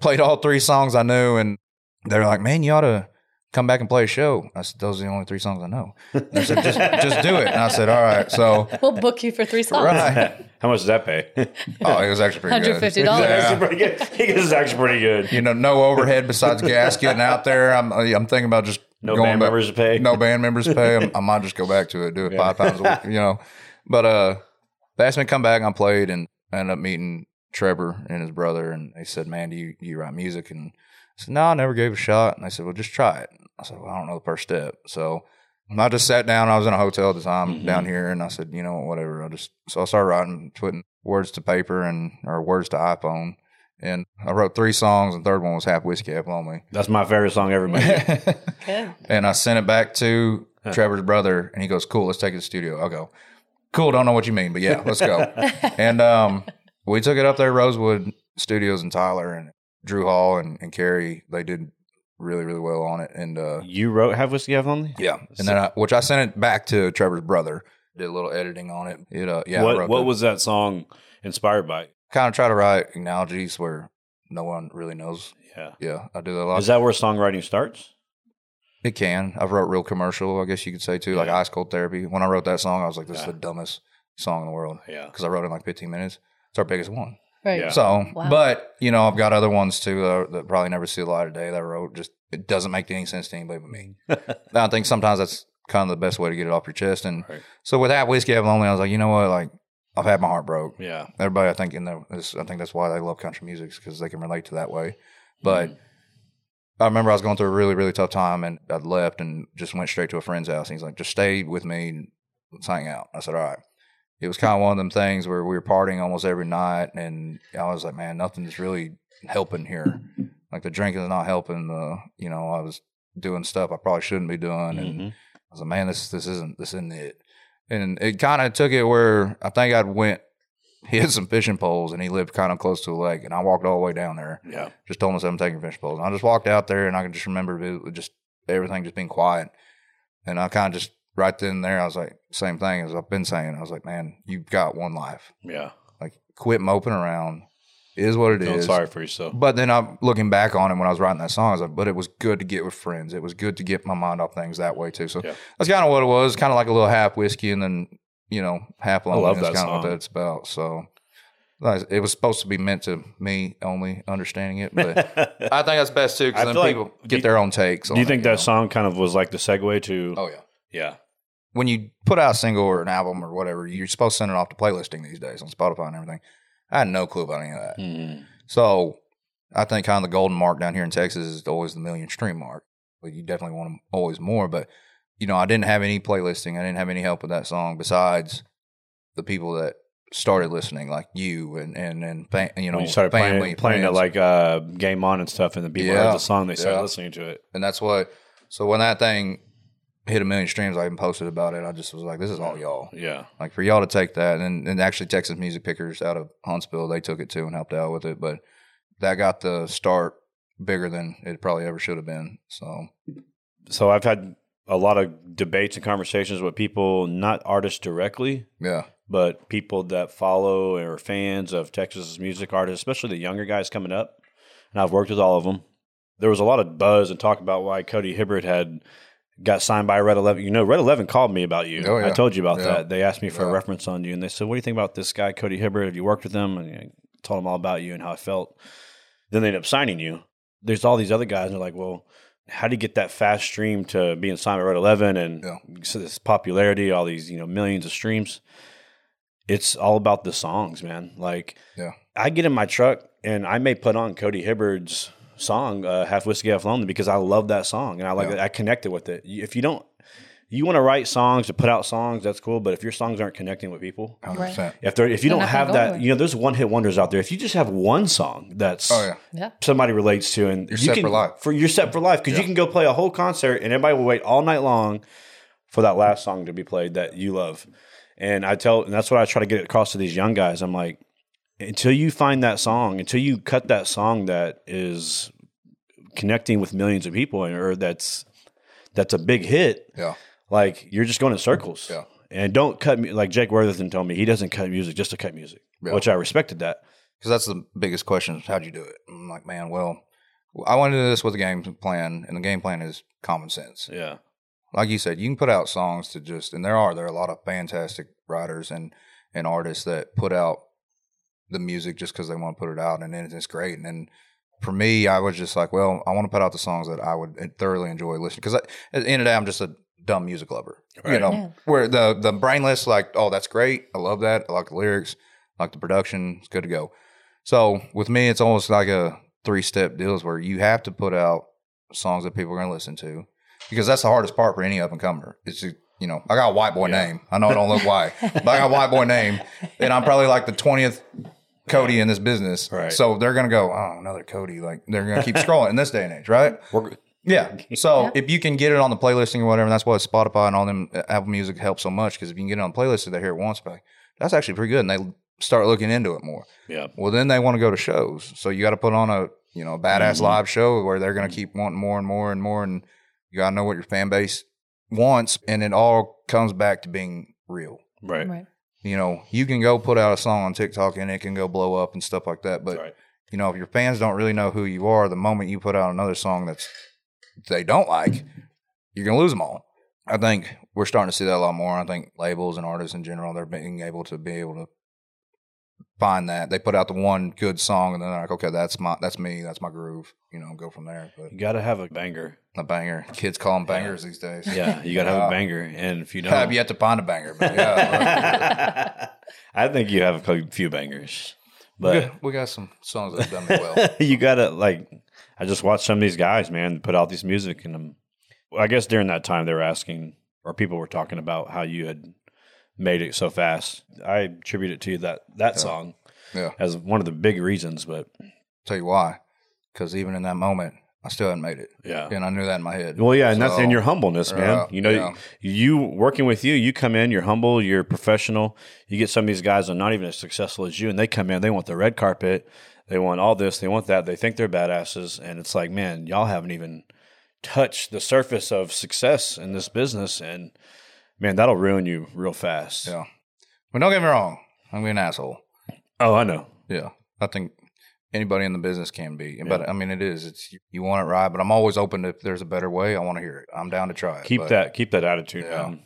S4: played all three songs I knew and they're like, Man, you ought to come back and play a show. I said, Those are the only three songs I know. They said, just just do it. And I said, All right. So
S3: We'll book you for three songs.
S4: Right.
S2: *laughs* How much does that pay? *laughs*
S4: Oh, it was actually pretty good.
S3: $150.
S2: That's
S4: Yeah.
S2: pretty good. *laughs* I think this is actually pretty good.
S4: You know, no overhead besides gas getting out there. I'm I'm thinking about just
S2: No
S4: going
S2: band
S4: back-
S2: members to pay.
S4: No band members to pay. I'm, I might just go back to it, do it five times a week, you know. But uh, they asked me to come back. and I played and I ended up meeting Trevor and his brother, and they said, "Man, do you do you write music?" And I said, "No, I never gave it a shot." And they said, "Well, just try it." I said, "Well, I don't know the first step." So I just sat down. I was in a hotel at the time
S2: Mhm.
S4: down here, and I said, "You know, what, whatever." I just so I started writing, putting words to paper and or words to iPhone and I wrote three songs, and the third one was Half Whiskey Half Lonely. *laughs*
S2: That's my favorite song ever made.
S3: Good.
S4: and I sent it back to Trevor's brother, and he goes, "Cool, let's take it to the studio." I'll go, "Cool, don't know what you mean, but yeah, let's go."
S2: *laughs*
S4: and um, we took it up there, Rosewood Studios in Tyler, and Drew Hall and, and Carrie. They did really, really well on it, and *laughs* uh,
S2: you wrote "Have Whiskey, Have Lonely."
S4: yeah, and then I, which I sent it back to Trevor's brother. Did a little editing on it. It uh, yeah. I
S2: what
S4: wrote
S2: what
S4: the-
S2: was that song inspired by?
S4: kind of try to write analogies where no one really knows.
S2: Yeah,
S4: Yeah, I do that a lot.
S2: is that where songwriting starts?
S4: It can. I've wrote real commercial, I guess you could say too, like
S2: Yeah.
S4: Ice Cold Therapy. When I wrote that song, I was like, this is
S2: Yeah.
S4: the dumbest song in the world
S2: Yeah,
S4: because I wrote it in like 15 minutes. It's our biggest one.
S3: Right.
S2: Yeah.
S4: So,
S3: Wow.
S4: but you know, I've got other ones too uh, that probably never see the light of day that I wrote. Just it doesn't make any sense to anybody
S2: *laughs*
S4: but me. And I think sometimes that's kind of the best way to get it off your chest. And
S2: Right.
S4: so with that whiskey, I've lonely. I was like, you know what? Like I've had my heart broke.
S2: yeah,
S4: Everybody, I think in the, this, I think that's why they love country music because they can relate to that way. But I remember I was going through a really, really tough time, and I left and just went straight to a friend's house. And he's like, "Just stay with me, and let's hang out." I said, "All right." It was kind of one of them things where we were partying almost every night, and I was like, "Man, nothing's really helping here. Like the drinking is not helping. The you know, I was doing stuff I probably shouldn't be doing, and
S2: Mhm.
S4: I was like, man, this this isn't this isn't it. And it kind of took it where I think I went hit some fishing poles, and he lived kind of close to the lake, and I walked all the way down there.
S2: yeah,
S4: Just told myself I'm taking fishing poles, and I just walked out there, and I can just remember it was just everything just being quiet, and I kind of just right then and there I was like same thing as I've been saying. I was like, man, you've got one life,
S2: yeah.
S4: like quit moping around. It is what it is.
S2: Feeling sorry for yourself.
S4: But then I'm looking back on it when I was writing that song. I was like, but it was good to get with friends. It was good to get my mind off things that way too. So
S2: Yeah.
S4: that's kind of what it was. Kind of like a little half whiskey and then you know half
S2: love
S4: lonely.
S2: that
S4: that's kind of
S2: song.
S4: what that's about. So like, it was supposed to be meant to me only understanding
S2: *laughs*
S4: it, but I
S2: Do
S4: think that's best too
S2: I
S4: because
S2: feel
S4: then
S2: like-
S4: people
S2: do
S4: get
S2: you-
S4: their own takes. on
S2: you
S4: it,
S2: think that
S4: know?
S2: song kind of was like the segue to?
S4: Oh yeah.
S2: yeah,
S4: When you put out a single or an album or whatever, you're supposed to send it off to playlisting these days on Spotify and everything. I had no clue about any of that.
S2: Mm.
S4: So I think kind of the golden mark down here in Texas is always the million stream mark, but you definitely want 'em always more. But you know, I didn't have any playlisting. I didn't have any help with that song besides the people that started listening, like you and and and fa- you know,
S2: when you started
S4: family
S2: playing, playing it
S4: friends.
S2: like uh, game on and stuff, and the people
S4: Yeah.
S2: heard the song, they started
S4: Yeah.
S2: listening to it.
S4: and that's what. So when that thing hit a million streams, I even posted about it. I just was like, this is all y'all.
S2: Yeah,
S4: Like for y'all to take that and, and actually Texas Music Pickers out of Huntsville, they took it too and helped out with it. But that got the start bigger than it probably ever should have been. So
S2: so I've had a lot of debates and conversations with people, not artists directly,
S4: yeah.
S2: but people that follow or are fans of Texas music artists, especially the younger guys coming up. And I've worked with all of them. There was a lot of buzz and talk about why Cody Hibbert had got signed by Red Eleven. You know, Red Eleven called me about you.
S4: Oh, yeah.
S2: I told you about
S4: Yeah.
S2: that. They asked me for a
S4: Yeah.
S2: reference on you, and they said, "What do you think about this guy, Cody Hibbert? Have you worked with him?" And I told them all about you and how I felt. Then they end up signing you. There's all these other guys, and they're like, "Well." How do you get that fast stream to being signed by Red Eleven and
S4: Yeah.
S2: so this popularity, all these you know millions of streams? it's all about the songs, man. Like,
S4: Yeah.
S2: I get in my truck and I may put on Cody Hibbard's song, uh, "Half Whiskey, Half Lonely," because I love that song and I like
S4: Yeah.
S2: it. I connected with it. You- If you don't, you want to write songs to put out songs, that's cool. But if your songs aren't connecting with people,
S4: 100%.
S2: if they are if you
S3: They're
S2: don't
S3: not gonna
S2: have
S3: go
S2: that,
S3: anywhere.
S2: you know, there's one hit wonders out there. If you just have one song that's
S4: Oh yeah.
S3: Yeah.
S2: somebody relates to, and
S4: You're
S2: you
S4: set
S2: can,
S4: for life.
S2: For you're set for life because you can go play a whole concert, and everybody will wait all night long for that last song to be played that you love. And I tell, and that's what I try to get across to these young guys. I'm like, until you find that song, until you cut that song that is connecting with millions of people, or that's that's a big hit,
S4: Yeah.
S2: like you're just going in circles.
S4: Yeah.
S2: And don't cut mu- like Jake Worthington told me he doesn't cut music just to cut music,
S4: Yeah.
S2: which I respected that.
S4: Because that's the biggest question is how'd you do it? I'm like, man, well, I went into this with a game plan, and the game plan is common sense.
S2: Yeah,
S4: like you said, you can put out songs to just, and there are there are a lot of fantastic writers and and artists that put out the music just because they want to put it out, and then it's great. And then for me, I was just like, well, I want to put out the songs that I would eh, thoroughly enjoy listening because at the end of the day, I'm just a dumb music lover, you
S2: Right.
S4: know.
S3: Yeah.
S4: Where the the brainless, like, oh, that's great, I love that, I like the lyrics, I like the production, it's good to go. So with me, it's almost like a three step deals where you have to put out songs that people are going to listen to because that's the hardest part for any up and comer. It's just, you know, I got a white boy name. I know I don't look white, but I got a white boy name, and I'm probably like the twentieth Cody in this business.
S2: Right.
S4: So they're going to go, oh, another Cody. Like they're going
S2: *laughs*
S4: to keep scrolling in this day and age, right?
S2: We're,
S4: Yeah. So
S3: Yeah.
S4: if you can get it on the playlisting or whatever, and that's why Spotify and all them uh, Apple Music helps so much because if you can get it on the playlist, they hear it once, but like, that's actually pretty good, and they start looking into it more.
S2: yeah.
S4: Well, then they want to go to shows, so you got to put on a you know badass
S2: Mhm.
S4: live show where they're going to keep wanting more and more and more, and you got to know what your fan base wants, and it all comes back to being real.
S2: Right.
S3: Right.
S4: You know, you can go put out a song on TikTok and it can go blow up and stuff like that, but
S2: right.
S4: you know, if your fans don't really know who you are, the moment you put out another song that's they don't like, you're gonna lose them all. I think we're starting to see that a lot more. I think labels and artists in general, they're being able to be able to find that. They put out the one good song and then they're like, okay, that's my that's me, that's my groove. You know, go from there. But
S2: You got to have a banger.
S4: a banger. Kids call them bangers these days. *laughs*
S2: Yeah, you got to have
S4: Yeah.
S2: a banger. And if you don't,
S4: *laughs* I've yet to find a banger, but yeah.
S2: *laughs* I think you have a few bangers, *laughs*
S4: we,
S2: but
S4: got, we got some songs that have done it well.
S2: you gotta like. I just watched some of these guys, man, put out this music, and um, I guess during that time they were asking, or people were talking about how you had made it so fast. I attribute it to that that song
S4: Yeah.
S2: as one of the big reasons, but
S4: Tell you why. Because even in that moment, I still hadn't made it.
S2: yeah,
S4: And I knew that in my head.
S2: Well, yeah, and that's in
S4: So-
S2: your humbleness, man.
S4: Yeah,
S2: you know,
S4: yeah.
S2: you working with you, you come in, you're humble, you're professional. You get some of these guys that are not even as successful as you, and they come in, they want the red carpet, they want all this, they want that, they think they're badasses, and it's like, man, y'all haven't even touched the surface of success in this business, and man, that'll ruin you real fast.
S4: Yeah. But don't get me wrong, I'm being an asshole.
S2: Oh, I know.
S4: Yeah. I think anybody in the business can be. But I mean, it is. It's you want it right, but I'm always open to if there's a better way. I want to hear it. I'm down to try it.
S2: Keep
S4: but-
S2: that, keep that attitude,
S4: Yeah.
S2: man.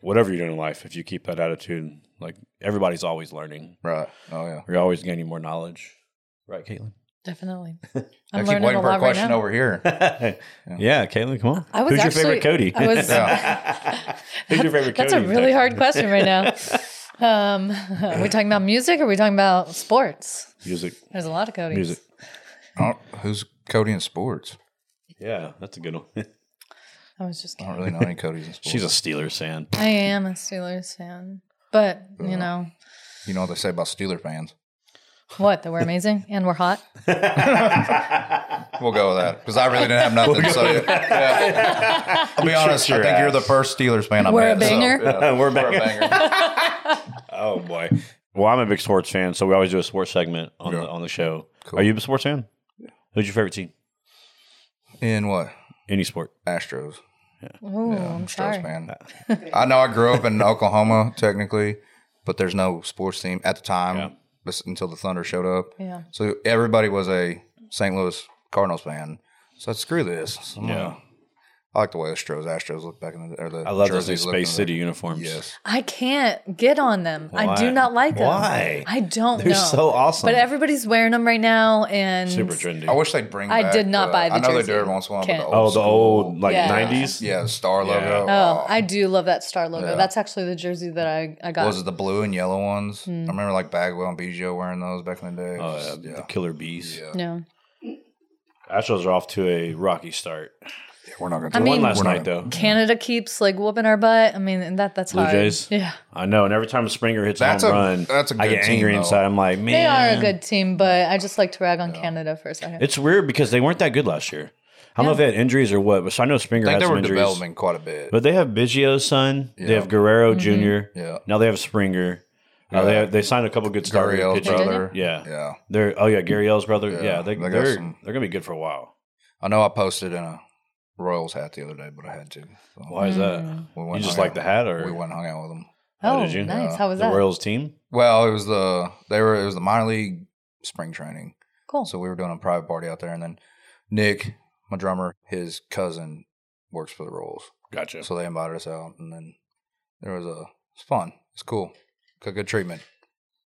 S2: Whatever you're doing in life, if you keep that attitude, like everybody's always learning,
S4: right. Oh yeah.
S2: you're always gaining more knowledge. Right, Caitlin. *laughs*
S3: Definitely.
S4: i
S3: I'm
S4: keep
S3: learning
S4: waiting
S3: a
S4: for a
S3: lot right
S4: question
S3: now.
S4: over here.
S2: yeah. Caitlin, come on.
S3: I was
S2: Who's
S3: actually-
S2: your favorite Cody?
S3: I was-
S2: *laughs* Who's your favorite
S3: That's
S2: Cody?
S3: a really hard question
S2: *laughs*
S3: right now. Um, *laughs* are we talking about music or are we talking about sports?
S2: Music.
S3: There's a lot of Cody's.
S2: Music.
S4: Oh, who's Cody in sports?
S2: Yeah, that's a good one.
S3: I was just
S4: I
S3: kidding.
S4: don't really know any Cody's in
S2: *laughs*
S4: sports.
S2: She's a Steelers fan.
S3: I am a Steelers fan. But, you know,
S4: you know what they say about Steeler fans.
S3: what? That we're amazing *laughs* and we're hot?
S4: We'll go with that because I really didn't have nothing to say. Yeah. I'll be honest. I
S2: your
S4: think you're
S2: ass.
S4: the first Steelers fan I've
S3: We're a
S4: met. so,
S3: banger?
S2: *laughs*
S4: yeah.
S2: We're a banger.
S4: banger.
S2: Oh boy. Well, I'm a big sports fan, so we always do a sports segment on
S4: Yeah.
S2: the on the show.
S4: Cool.
S2: Are you a sports fan? Who's your favorite team?
S4: In what?
S2: Any sport?
S4: Astros.
S3: Ooh, I'm
S4: Astros
S3: sorry.
S2: Uh.
S4: fan. I know I grew up in Oklahoma technically, but there's no sports team at the time
S2: Yeah.
S4: bes- until the Thunder showed up.
S3: Yeah.
S4: So everybody was a St. Louis Cardinals fan. So screw this. So I'm
S2: Yeah.
S4: gonna- I like the way the Astros Astros look back in the. Or the
S2: I love those new
S4: jerseys look in
S2: Space
S4: the-
S2: City uniforms.
S4: Yes.
S3: I can't get on them. I
S2: Why?
S3: do not like them.
S2: Why?
S3: I don't
S2: They're
S3: know.
S2: so awesome.
S3: But everybody's wearing them right now, and
S2: Super trendy.
S4: I wish they'd bring.
S3: I
S4: back
S3: did not buy the
S4: I know they
S3: jersey.
S4: do every once in a while. But
S3: Can't.
S4: the
S2: oh,
S4: old
S2: the old like
S3: Yeah.
S2: 90s.
S4: yeah, the star logo.
S3: oh, I do love that star logo.
S4: Yeah.
S3: That's actually the jersey that I, I got. Hmm.
S4: was it the blue and yellow ones? I remember like Bagwell and Biggio wearing those back in the day.
S2: Oh, yeah,
S4: yeah.
S2: The Killer Bees.
S4: Yeah.
S3: no,
S2: Astros are off to a rocky start.
S4: We're not going
S3: I
S4: to.
S3: mean-
S2: One last
S4: We're not-
S2: night though.
S3: Canada keeps like whooping our butt. I mean, and that that's
S2: Blue
S3: hard.
S2: Jays?
S3: Yeah,
S2: I know, and every time Springer hits
S4: That's
S2: a
S4: a-
S2: home run,
S4: that's a
S2: I
S4: good
S2: get
S4: team,
S2: angry
S4: though.
S2: inside. I'm like, man,
S3: they are a good team, but I just like to rag on Canada for a second.
S2: It's weird because they weren't that good last year. I don't know if they had injuries or what, but so I know Springer
S4: I think
S2: had
S4: they
S2: some
S4: were
S2: injuries.
S4: developing quite a bit.
S2: But they have Biggio's son. They
S4: Yeah.
S2: have Guerrero
S3: Mm-hmm.
S2: Junior.
S4: Yeah.
S2: Now they have Springer. Uh, they have, they signed a couple good starters.
S4: Gurriel's
S2: Pitching.
S4: brother.
S2: Yeah.
S4: Yeah.
S2: They're oh yeah, Gurriel's brother. Yeah, they,
S4: they got
S2: they're
S4: some-
S2: they're gonna be good for a while.
S4: I know I posted in a Royals hat the other day, but I had to. So
S2: Why
S3: Hmm.
S2: is that?
S4: we went
S2: You
S4: and
S2: just
S4: hung
S2: like
S4: out-
S2: the hat, or
S4: We went and hung out with them.
S2: How
S3: Mm. oh,
S2: did you?
S3: nice.
S4: Yeah.
S3: How was
S2: the
S3: that?
S2: Royals team?
S4: Well, it was the they were it was the minor league spring training,
S2: Oh.
S3: cool.
S4: so we were doing a private party out there, and then Nick, my drummer, his cousin works for the Royals,
S2: Gotcha.
S4: so they invited us out, and then there was a it's fun, it's cool, got good treatment.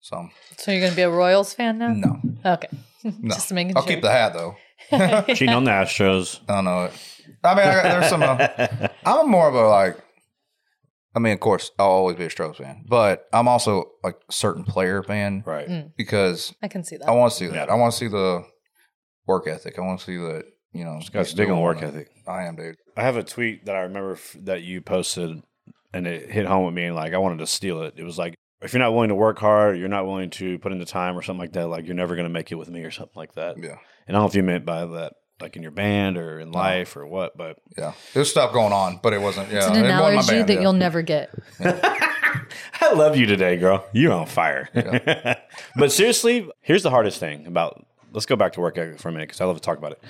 S4: So
S3: so you're gonna be a Royals fan now?
S4: no,
S3: Okay. *laughs*
S4: no,
S3: Just making
S4: I'll
S3: sure.
S4: keep the hat though.
S2: Cheating on the Astros.
S4: I don't know it. I mean, I, got- there's
S2: *laughs*
S4: some. Uh, I'm more of a like. I mean, of course, I'll always be a Strokes fan, but I'm also a certain player fan
S2: Right.
S4: because
S3: I can see that.
S4: I want to see that. I want to see the work ethic. I want to see that. You know,
S2: Got to
S4: he's
S2: dig on
S4: doing
S2: work
S4: it.
S2: ethic.
S4: I am, dude.
S2: I have a tweet that I remember f- that you posted, and it hit home with me. And like, I wanted to steal it. It was like, if you're not willing to work hard, you're not willing to put in the time or something like that, like you're never going to make it with me or something like that.
S4: Yeah.
S2: And I don't know if you meant by that, like in your band or in life or what, but
S4: Yeah. There's stuff going on, but it wasn't. Yeah.
S3: It's an
S4: it wasn't my
S3: analogy
S4: band,
S3: that
S4: yeah.
S3: you'll never get.
S2: I love you today, girl. You're on fire. *laughs* but seriously, here's the hardest thing about let's go back to work ethic for a minute because I love to talk about it.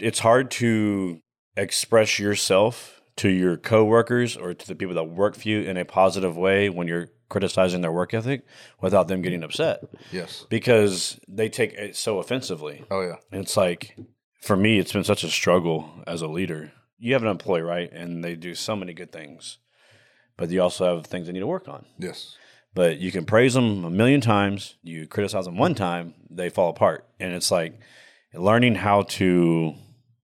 S2: It's hard to express yourself to your coworkers or to the people that work for you in a positive way when you're criticizing their work ethic without them getting upset
S4: Yes.
S2: because they take it so offensively.
S4: Oh, yeah.
S2: And it's like, for me, it's been such a struggle as a leader. You have an employee, right? And they do so many good things, but you also have things they need to work on.
S4: Yes.
S2: But you can praise them a million times, you criticize them one time, they fall apart. And it's like learning how to,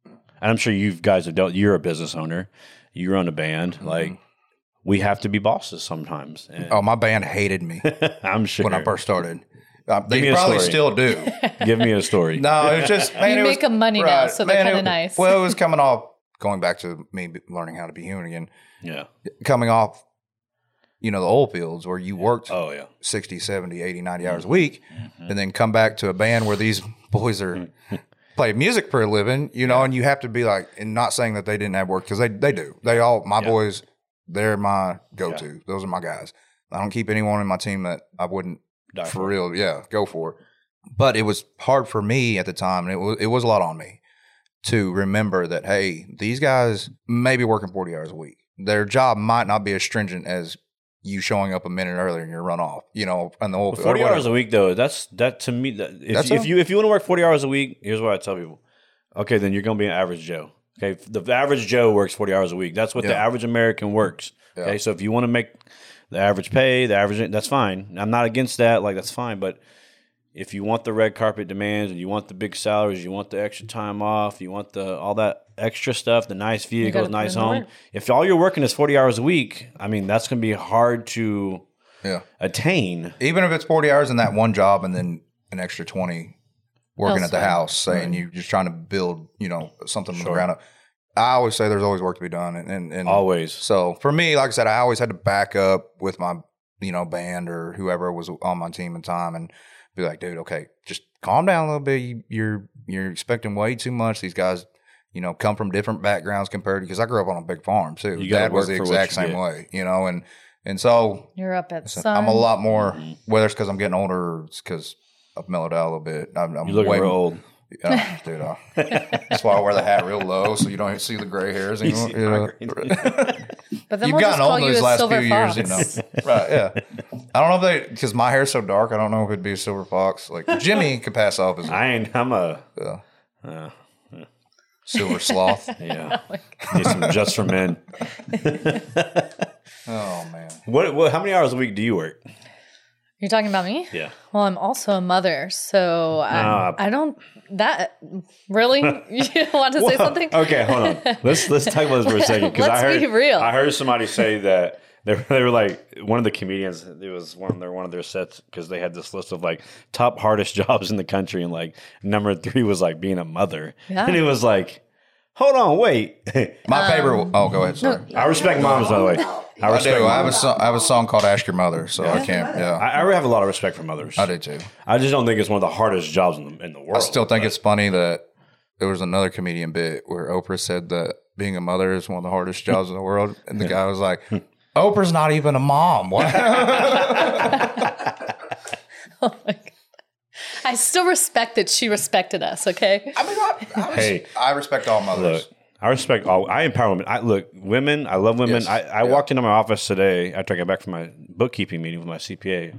S2: and I'm sure you guys have dealt, you're a business owner, you run a band. Like, we have to be bosses sometimes. And
S4: Mm-hmm. Oh, my band hated me
S2: *laughs* I'm sure.
S4: when I
S2: *laughs*
S4: first started. Uh,
S2: me
S4: they
S2: a
S4: probably
S2: story. *laughs*
S4: still do.
S2: Give me a story.
S4: *laughs* No, it was just man,
S3: You
S4: it
S3: make
S4: was-
S3: 'em money now, so they're
S4: man, it-
S3: kinda nice.
S4: Well, it was coming off going back to me b- learning how to be human again.
S2: Yeah.
S4: Coming off, you know, the oil fields where you worked
S2: Oh, yeah.
S4: 60, 70, 80, 90 hours a week, and then come back to a band where these *laughs* boys are play music for a living, you know, and you have to be like, and not saying that they didn't have work because they, they do. They all, my boys, they're my go to. Those are my guys. I don't keep anyone in my team that I wouldn't
S2: Die
S4: for,
S2: for it.
S4: real. Yeah, go for it. But it was hard for me at the time, and it was it was a lot on me to remember that hey, these guys may be working forty hours a week. Their job might not be as stringent as you showing up a minute earlier and your run off, you know, and the whole
S2: Well, forty hours a week, though, that's that to me. That, if,
S4: That's
S2: if
S4: all.
S2: you if you want to work forty hours a week, here's what I tell people: okay, then you're going to be an average Joe. Okay, the average Joe works forty hours a week. That's what the
S4: Yeah.
S2: average American works. Okay, so if you want to make the average pay, the average that's fine. I'm not against that. Like that's fine, but if you want the red carpet demands and you want the big salaries, you want the extra time off, you want the all that extra stuff, the nice
S3: gotta
S2: vehicles,
S3: put
S2: nice
S3: in the
S2: home.
S3: work.
S2: If all you're working is forty hours a week, I mean that's going to be hard to
S4: yeah.
S2: attain.
S4: Even if it's forty hours in that one job and then an extra twenty working at the
S3: Elsewhere.
S4: house, saying you're just trying to build, you know, something from the ground up. I always say there's always work to be done, and and, and
S2: Always.
S4: So for me, like I said, I always had to back up with my, you know, band or whoever was on my team at the time and be like, dude, okay, just calm down a little bit. You, you're you're expecting way too much. These guys, you know, come from different backgrounds compared to because I grew up on a big farm too.
S2: You gotta
S4: Dad was
S2: work
S4: the
S2: for what
S4: exact
S2: you
S4: same
S2: get.
S4: way, you know, and and so
S3: You're up at
S4: so
S3: sun.
S4: I'm a lot more
S2: Mm-hmm.
S4: whether it's because I'm getting older or it's because I've mellowed out a little bit. I'm, I'm
S2: You look
S4: way
S2: real
S4: *laughs*
S2: old.
S4: yeah, dude. I, that's why I wear the hat real low so you don't even see the
S2: *laughs*
S4: gray hairs anymore. you know.
S3: But then
S4: You've
S3: we'll just
S4: gotten
S3: call
S4: old
S3: you
S4: those
S3: a
S4: last
S3: silver
S4: few years,
S3: fox.
S4: you know. right? Yeah. I don't know if they because my hair's so dark. I don't know if it'd be a silver fox. Like Jimmy could pass off as a
S2: I ain't. I'm a *laughs*
S4: silver sloth.
S3: *laughs*
S2: yeah. *laughs*
S3: Oh
S2: Need some just for men.
S4: oh man.
S2: What, what? How many hours a week do you work?
S3: *laughs* You're talking about me?
S2: Yeah.
S3: Well, I'm also a mother, so I,
S2: Ah.
S3: I don't. That
S4: *laughs*
S3: really? *laughs* you want to say something?
S2: *laughs* Okay, hold
S3: *laughs*
S2: on. Let's let's talk about this for a second because I heard
S3: Let's be real.
S2: I heard somebody say that they were, they were like one of the comedians. It was one of their one of their sets because they had this list of like top hardest *laughs* jobs in the country, and like number three was like being a mother,
S3: Yeah.
S2: and it was like, hold on, wait. *laughs*
S4: My favorite. Oh, go ahead. Sorry.
S2: I respect moms by the way. I
S4: I do.
S2: respect.
S4: I
S2: moms.
S4: have a song. I have a song called "Ask Your Mother," so I can't. Yeah,
S2: I, I have a lot of respect for mothers.
S4: I, do too.
S2: I just don't think it's one of the hardest jobs in the, in the world.
S4: I still think it's funny that there was another comedian bit where Oprah said that being a mother is one of the hardest jobs in the world, and the guy was like, "Oprah's not even a
S2: *laughs*
S4: mom." What?
S3: Oh my God. I still respect that she respected us. Okay.
S4: I mean, I, I, res-
S2: Hey.
S4: I respect all mothers.
S2: Look, I respect all. I empower women. I look women. I love women.
S4: Yes.
S2: I, I walked into my office today after I got back from my bookkeeping meeting with my CPA,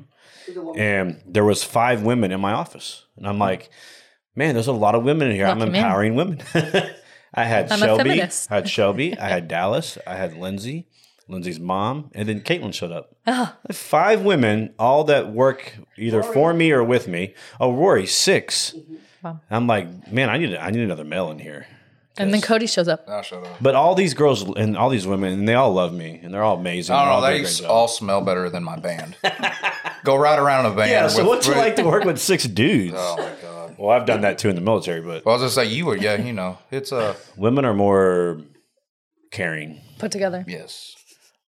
S2: and there was five women in my office, and I'm like, man, there's a lot of women in here. I'm
S3: Lucky man.
S2: empowering women. *laughs* I had
S3: I'm a
S2: Shelby. I
S3: feminist.
S2: had Shelby. I had Dallas. I had Lindsay. Lindsay's mom, and then Caitlin showed up.
S3: Oh.
S2: Five women, all that work either for me or with me. Oh, Rory, 6
S3: Mm-hmm. Wow.
S2: I'm like, man, I need I need another male in here.
S3: And then Cody shows up.
S4: Now shut up.
S2: But all these girls and all these women, and they all love me, and they're all amazing.
S4: I don't know.
S2: Oh, They're all
S4: Oh, They
S2: doing a great
S4: s-
S2: job.
S4: all smell better than my band.
S2: *laughs*
S4: Go ride around in a van.
S2: yeah. So
S4: with-
S2: what's it
S4: with-
S2: like to work with
S4: *laughs*
S2: six dudes?
S4: Oh my god.
S2: Well, I've done that too in the military, but
S4: Well, I was gonna say you were. Yeah, you know, it's a
S2: women are more caring.
S3: Put together.
S4: yes.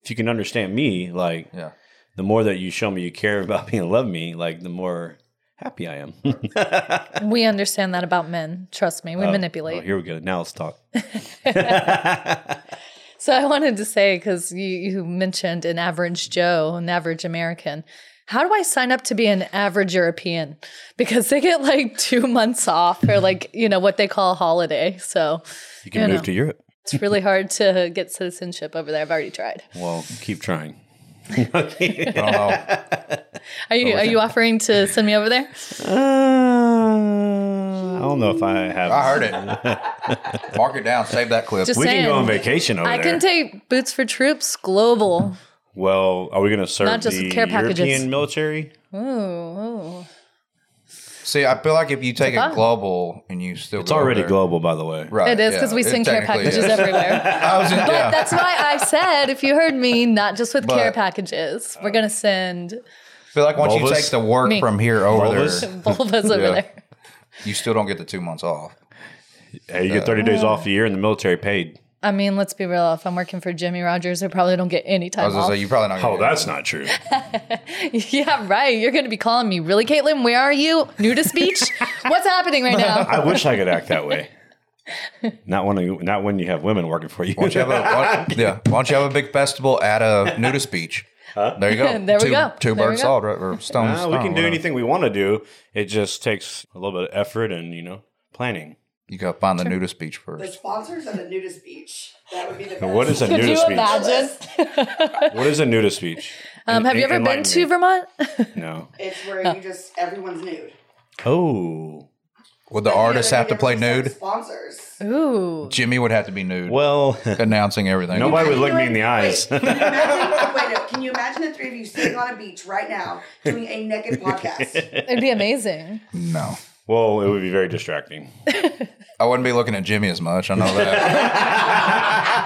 S2: If you can understand me, like
S4: Yeah.
S2: the more that you show me you care *laughs* about me and love me, like the more happy I am. *laughs*
S3: We understand that about men. Trust me, we
S2: Oh,
S3: manipulate.
S2: oh, here we go. Now let's
S3: *laughs*
S2: talk.
S3: So I wanted to say because you, you mentioned an average Joe, an average American. How do I sign up to be an average European? Because they get like two months off or like you know what they call a holiday. So
S2: You can
S3: You
S2: move
S3: know.
S2: to Europe.
S3: it's really hard to get citizenship over there. I've already tried.
S2: Well, keep
S3: *laughs*
S2: trying.
S4: I don't know.
S3: Are you are you offering to send me over there?
S2: Uh, I don't know if I have.
S4: I heard
S2: *laughs*
S4: it. Mark it down. Save that clip.
S3: Just
S2: we
S3: saying.
S2: can go on vacation over
S3: I
S2: there.
S3: can take boots for troops global.
S2: well, are we going to serve
S3: Not just
S2: the
S3: care packages.
S2: European military?
S3: Ooh, ooh.
S4: See, I feel like if you take it
S3: fun.
S4: global and you still
S2: It's already
S4: global.
S2: global, by the way.
S4: Right.
S3: it is because
S4: yeah,
S3: we
S4: it
S3: send care
S4: technically
S3: packages
S4: is.
S3: everywhere.
S4: I was in, yeah.
S3: That's why I said, if you heard me, not just with care
S4: But-
S3: packages, we're gonna send
S4: I feel like once you
S2: Vulvas?
S4: take the work
S3: Me.
S4: from here over there,
S2: Vulvas? *laughs*
S3: vulvas over
S4: Yeah.
S3: there.
S4: you still don't get the two months off.
S2: Hey, you get 30 days off a year and the military paid.
S3: I mean, let's be real. If I'm working for Jimmy Rogers, I probably don't get any
S4: I
S3: time
S4: was gonna
S3: off.
S4: say you probably not. Gonna
S2: Oh,
S4: get
S2: that's not true.
S3: *laughs* yeah, right. You're gonna be calling me, really, Caitlin? Where are you? Nudist beach? What's happening right
S2: *laughs*
S3: now?
S2: I wish I could act that *laughs* way. Not when you, not when you have women working for you.
S4: Why don't you have
S2: *laughs*
S4: a, why, yeah. Why don't you have a big festival at a nudist beach? There you go.
S3: There we
S4: two,
S3: go. There
S4: Two
S3: we
S4: birds
S3: go.
S4: solved right, or stones.
S2: Ah, we can do anything we want to do. It just takes a little bit of effort and you know planning.
S4: You gotta find the nudist beach
S6: The
S4: first.
S6: sponsors of the nudist beach. That would be the best.
S2: What *laughs* is a
S4: *laughs*
S3: Could you
S2: nudist beach?
S3: imagine?
S2: What is a nudist beach?
S3: Um, have you
S2: En-
S3: ever been
S2: enlighten
S3: to
S2: me.
S3: Vermont?
S2: No.
S6: It's where you just everyone's nude.
S2: Oh.
S4: Would the artists have to play nude?
S6: Sponsors.
S3: Ooh,
S4: Jimmy would have to be nude,
S2: Well, *laughs*
S4: announcing everything.
S2: nobody would look me in the
S6: Wait,
S2: eyes.
S6: Can you imagine? wait,
S2: *laughs*
S6: no, can you imagine the three of you sitting on a beach right now doing a naked
S4: *laughs*
S6: podcast?
S3: it'd be amazing.
S4: No,
S2: well, it would be very distracting.
S4: I wouldn't be looking at Jimmy as much. I know that.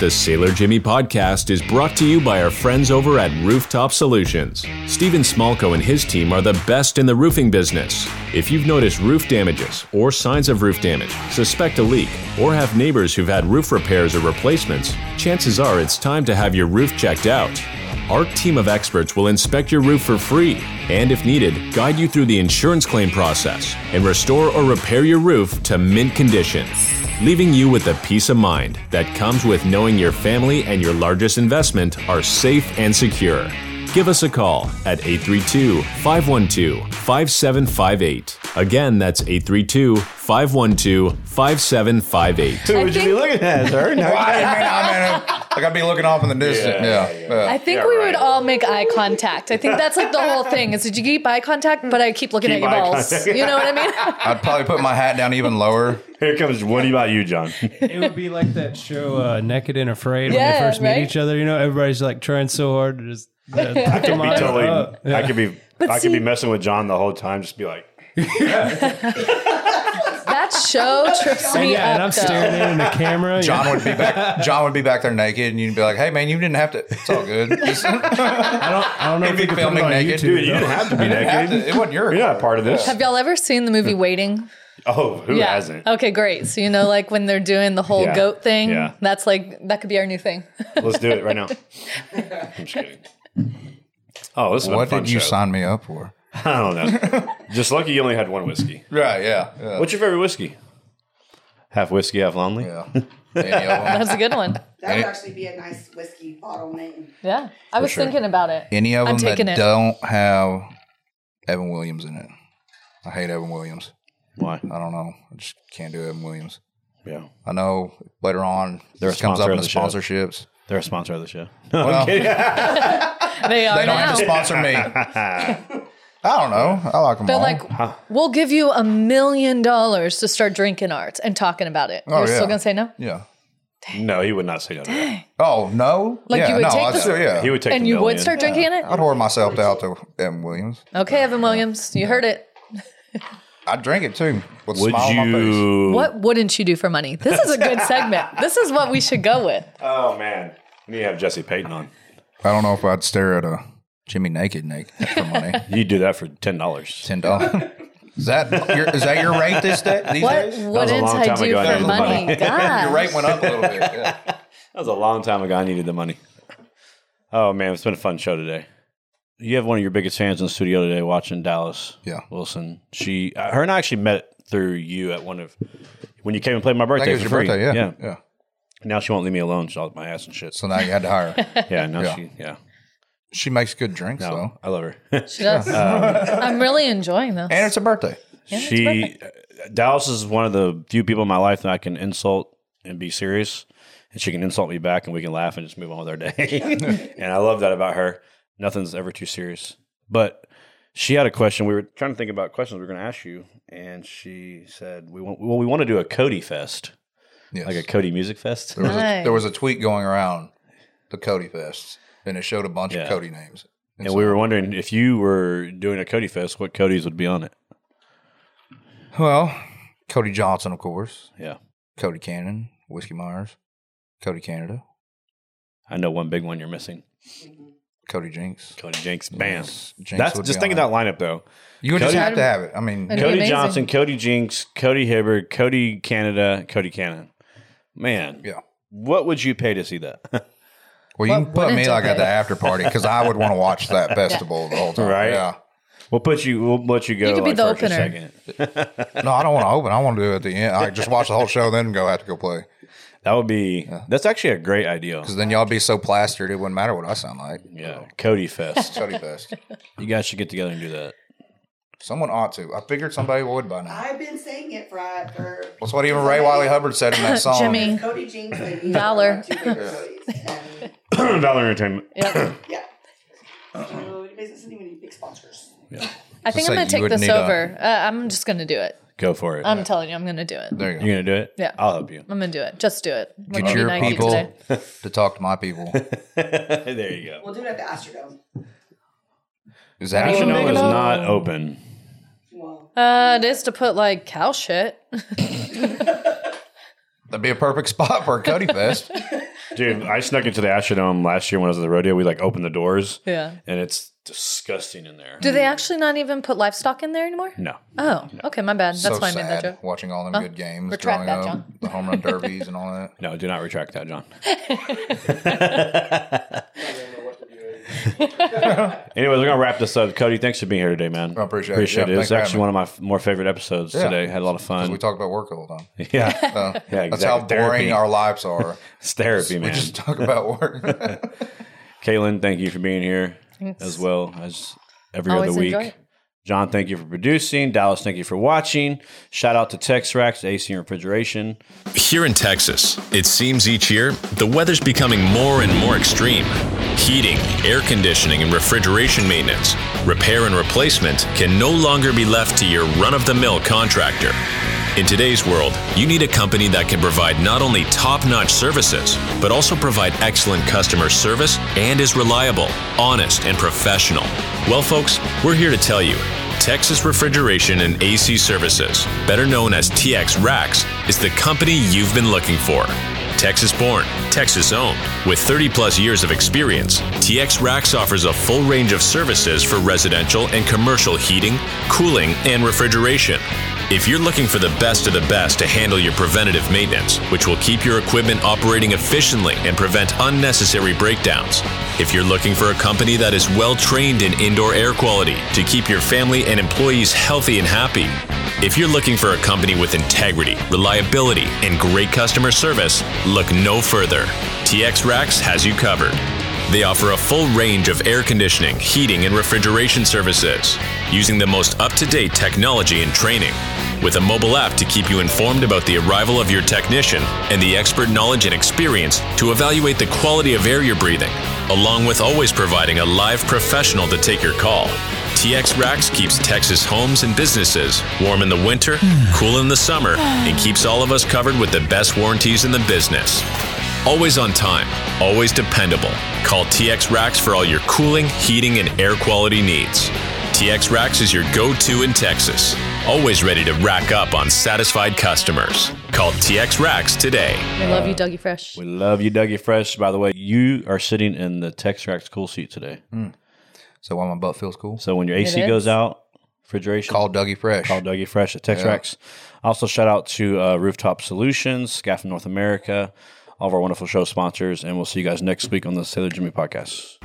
S1: The Sailor Jimmy podcast is brought to you by our friends over at Rooftop Solutions. Steven Smalko and his team are the best in the roofing business. If you've noticed roof damages or signs of roof damage, suspect a leak, or have neighbors who've had roof repairs or replacements, chances are it's time to have your roof checked out. Our team of experts will inspect your roof for free and, if needed, guide you through the insurance claim process and restore or repair your roof to mint condition, leaving you with the peace of mind that comes with knowing your family and your largest investment are safe and secure. Give us a call at 832 512 5758. Again, that's 832 512 5758.
S2: Who would you be
S3: think-
S2: looking at? *laughs* Her? No.
S4: I didn't mean. I mean, I gotta be looking off in the distance. Yeah, yeah.
S3: I think
S2: Yeah,
S3: we
S2: right.
S3: would all make eye contact. I think that's like the whole thing. Is did you keep eye contact? But I keep looking
S2: Keep
S3: at
S2: eye
S3: your balls.
S2: contact. *laughs*
S3: You know what I mean? *laughs*
S4: I'd probably put my hat down even lower.
S2: Here comes. What about you, John?
S5: It would be like that show, uh, Naked and Afraid, when
S3: Yeah,
S5: they first
S3: right?
S5: meet each other. You know, everybody's like trying so hard to just. uh,
S3: *laughs*
S5: I
S2: Could be totally. I could be. I could be
S3: see-
S2: messing with John the whole time. Just be like,
S3: that show trips me
S5: yeah, and I'm
S3: up. though.
S5: staring in the camera.
S4: John would be back. John would be back there naked, and you'd be like, "Hey, man, you didn't have to. It's all good. Just-
S5: I don't. I don't know if
S4: He'd
S5: you
S4: be
S5: could put it
S4: filming
S5: on
S4: naked.
S5: YouTube.
S4: Dude,
S2: you
S5: though.
S2: didn't have to be *laughs* naked.
S4: it wasn't your.
S2: You're not a part of this.
S3: Have y'all ever seen the movie Waiting?
S2: Oh, who hasn't?
S3: Okay, great. So you know, like when they're doing the whole
S2: Yeah.
S3: goat thing,
S2: Yeah.
S3: that's like that could be our new thing. *laughs*
S2: Let's do it right now. *laughs* I'm just kidding. Oh, this is
S4: What did you
S2: show.
S4: sign me up for?
S2: *laughs* I don't know. Just lucky you only had one whiskey.
S4: Right. Yeah. Yeah.
S2: What's your favorite whiskey? Half whiskey, half lonely.
S4: yeah. Any
S3: *laughs*
S4: of 'em?
S3: That's a good one.
S6: That would actually be a nice whiskey bottle name.
S3: Yeah, I was
S2: sure.
S3: thinking about it.
S4: Any of
S3: I'm
S4: them that
S3: taking it.
S4: don't have Evan Williams in it. I hate Evan Williams.
S2: Why?
S4: I don't know. I just can't do Evan Williams.
S2: Yeah,
S4: I know later on
S2: They're a
S4: this comes up
S2: sponsor
S4: in
S2: of
S4: the
S2: the show.
S4: sponsorships.
S2: they're a sponsor of the *laughs* show.
S4: Well, they
S3: They are
S4: don't
S3: now.
S4: have to sponsor
S3: *laughs*
S4: me. I don't know. I like them
S3: They're
S4: all.
S3: like, we'll give you a million dollars to start drinking art and talking about it.
S2: Oh,
S3: You're
S4: yeah.
S3: still gonna say no,
S4: yeah.
S2: no, he would not say no. to that.
S4: Oh no.
S3: Like,
S4: yeah,
S3: you would
S4: no,
S3: take
S4: I'd
S3: the-
S4: still- yeah.
S2: He would take.
S3: and
S2: the
S3: you would
S2: million.
S3: start drinking it.
S4: I'd whore myself out to Evan Williams.
S3: Okay, Evan Williams, you heard it.
S4: I'd drink it too with a
S2: Would
S4: smile on my face.
S2: you?
S3: What wouldn't you do for money? This is a good segment. This is what we should go with.
S2: Oh man, we need to have Jesse Payton on.
S4: I don't know if I'd stare at a Jimmy naked naked for money.
S3: *laughs*
S2: You do that for ten dollars. *laughs*
S4: Ten dollars. Is that your, is that your rate this day? These
S3: What
S4: days?
S3: wouldn't
S2: long
S3: I
S2: time
S3: do
S2: ago, I
S3: for
S2: needed
S3: money?
S2: money. *laughs*
S3: God.
S4: Your rate went up a little bit. Yeah.
S2: That was a long time ago. I needed the money. Oh man, it's been a fun show today. You have one of your biggest fans in the studio today, watching Dallas.
S4: Yeah.
S2: Wilson. She, uh, her, and I actually met through you at one of when you came and played my
S4: I think
S2: birthday.
S4: it was
S2: for free.
S4: your birthday. Yeah.
S2: yeah.
S4: yeah.
S2: Now she won't leave me alone. She'll up my ass and shit.
S4: So now you had to hire.
S3: *laughs*
S4: her.
S2: Yeah. Now
S4: Yeah.
S2: she. Yeah.
S4: she makes good drinks,
S2: No,
S4: though.
S2: I love her. *laughs*
S3: She does.
S2: Um,
S3: I'm really enjoying this.
S4: And it's her birthday.
S3: it's
S2: she, uh, Dallas is one of the few people in my life that I can insult and be serious, and she can insult me back, and we can laugh and just move on with our day. *laughs* and I love that about her. Nothing's ever too serious. But she had a question. We were trying to think about questions we were going to ask you, and she said, "We want well, we want to do a Cody Fest,
S4: Yes.
S2: like a Cody Music Fest."
S4: There was, a,
S3: Nice.
S4: there was a tweet going around the Cody Fest, and it showed a bunch
S2: Yeah.
S4: of Cody names.
S2: *laughs* And we were wondering if you were doing a Cody Fest, what Cody's would be on it.
S4: Well, Cody Johnson, of course.
S2: Yeah.
S4: Cody Cannon, Whiskey Myers, Cody Canada,
S2: I know one big one you're missing.
S4: Cody Jinks.
S2: Cody Jenks. Bam.
S4: Yes, Jinx
S2: That's
S4: would
S2: just
S4: be
S2: think of
S4: on
S2: that lineup though.
S4: You would just
S2: Cody-
S4: have to have it. I mean,
S3: It'd be
S2: Cody
S3: amazing.
S2: Johnson, Cody Jinks, Cody Hibbert, Cody Canada, Cody Cannon. Man,
S4: yeah.
S2: what would you pay to see that? *laughs*
S4: Well, you
S3: What
S4: can put
S3: wouldn't
S4: me
S3: it
S4: like at
S3: be?
S4: the after party because I would want to watch
S3: *laughs*
S4: that festival the whole time.
S2: Right.
S4: Yeah.
S2: we'll put you. We'll let you go.
S3: You could be
S2: like,
S3: the
S2: first or
S3: opener.
S2: second.
S4: No, I don't want to open. I want to do it at the end. I just watch the whole show, then go have to go play
S2: That would be. That's actually a great idea.
S4: because then y'all be so plastered it wouldn't matter what I sound like.
S2: Yeah, Cody
S3: *laughs*
S2: Fest.
S4: Cody Fest.
S2: you guys should get together and do that.
S4: Someone ought to. I figured somebody would by now.
S6: I've been saying it for uh, for
S4: That's what even Ray Wiley Hubbard said
S3: *laughs*
S4: in that song.
S3: Jimmy.
S6: Cody Jinks and
S3: Dollar.
S6: Two big Codys. And,
S2: Valor Entertainment.
S3: Yep.
S6: yeah.
S4: Uh-uh.
S6: So it doesn't even need big sponsors.
S3: I think I'm
S4: say
S3: going
S4: you
S3: to take
S4: would
S3: this
S4: need a-
S3: over. Uh, I'm just going to do it.
S2: Go for it.
S3: I'm telling you, I'm going to do it.
S4: There you go.
S2: you gonna do it?
S3: Yeah.
S2: I'll help you. *laughs*
S3: I'm going to do it. Just do it. We're
S4: Get
S3: gonna be
S4: your
S3: nice
S4: people
S3: today.
S4: *laughs* to talk to my
S2: *laughs*
S4: people.
S2: there you go.
S6: We'll do it at the Astrodome.
S4: Is that
S2: Action
S3: Big
S2: Dome is
S3: enough.
S2: not open.
S6: Well,
S3: Uh, it is to put like cow shit.
S4: That'd be a perfect spot for
S3: *laughs*
S4: a Cody Fest.
S2: Dude, I snuck into the Astrodome last year when I was at the rodeo. We like opened the doors.
S3: Yeah.
S2: And it's disgusting in there.
S3: Do they actually not even put livestock in there anymore?
S2: No.
S3: Oh, okay, my bad. That's
S4: so
S3: why I made
S4: sad
S3: that joke.
S4: watching all them good games.
S3: retract
S4: growing
S3: that,
S4: up,
S3: John.
S4: The home run derbies and
S2: *laughs*
S4: all that.
S2: No, do not retract that,
S3: *laughs*
S4: *laughs*
S2: John. Anyways, we're gonna wrap this up. Cody, thanks for being here today, man.
S4: I appreciate it.
S2: appreciate
S4: Yeah,
S2: it. It was
S4: thanks for
S2: actually
S4: having
S2: one of my f- more favorite episodes
S4: Yeah.
S2: today. Had a lot of
S4: Because we
S2: fun.
S4: talk about work all the time.
S2: *laughs* yeah,
S4: Uh,
S2: yeah, exactly.
S4: That's how boring
S2: Therapy.
S4: our
S2: *laughs*
S4: lives are.
S2: It's
S4: *laughs*
S2: therapy,
S4: we
S2: man.
S4: just talk
S2: *laughs*
S4: about work.
S2: Caitlin, thank you for being here
S3: Thanks.
S2: as well as every
S3: Always
S2: other week.
S3: enjoy it.
S2: John, thank you for producing. Dallas, thank you for watching. Shout out to Tex Racks, AC and Refrigeration.
S1: Here in Texas, it seems each year the weather's becoming more and more extreme. Heating, air conditioning, and refrigeration maintenance, repair and replacement can no longer be left to your run of the mill contractor. In today's world, you need a company that can provide not only top notch services, but also provide excellent customer service and is reliable, honest, and professional. Well, folks, we're here to tell you. Texas Refrigeration and AC Services, better known as TX Racks, is the company you've been looking for. Texas born, Texas owned, with 30 plus years of experience, TX Racks offers a full range of services for residential and commercial heating, cooling, and refrigeration. If you're looking for the best of the best to handle your preventative maintenance, which will keep your equipment operating efficiently and prevent unnecessary breakdowns, if you're looking for a company that is well trained in indoor air quality to keep your family and employees healthy and happy, if you're looking for a company with integrity, reliability, and great customer service, look no further. TX Racks has you covered. They offer a full range of air conditioning, heating, and refrigeration services using the most up to date technology and training. With a mobile app to keep you informed about the arrival of your technician and the expert knowledge and experience to evaluate the quality of air you're breathing, along with always providing a live professional to take your call. TX Racks keeps Texas homes and businesses warm in the winter, cool in the summer, and keeps all of us covered with the best warranties in the business. Always on time, always dependable. Call TX Racks for all your cooling, heating, and air quality needs. TX Racks is your go to in Texas. Always ready to rack up on satisfied customers. Call TX Racks today.
S3: I love you, Dougie Fresh.
S2: We love you, Dougie Fresh. By the way, you are sitting in the Tex Racks cool seat today.
S4: so while my butt feels cool,
S2: So when your AC
S3: It
S2: goes
S3: is.
S2: out, refrigeration,
S4: call Dougie Fresh.
S2: Call Dougie Fresh at Tex Rex. Also, shout out to uh, Rooftop Solutions, Scaff North America, all of our wonderful show sponsors, and we'll see you guys next week on the Sailor Jimmy podcast.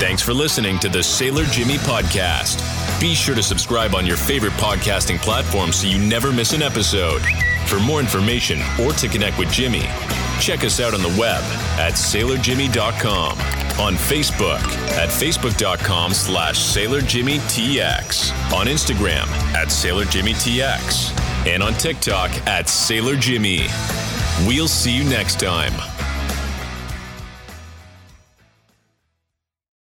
S1: Thanks for listening to the Sailor Jimmy Podcast. Be sure to subscribe on your favorite podcasting platform so you never miss an episode. For more information or to connect with Jimmy, check us out on the web at sailorjimmy.com, on Facebook at facebook.com slash sailorjimmytx, on Instagram at sailorjimmytx, and on TikTok at sailorjimmy. We'll see you next time.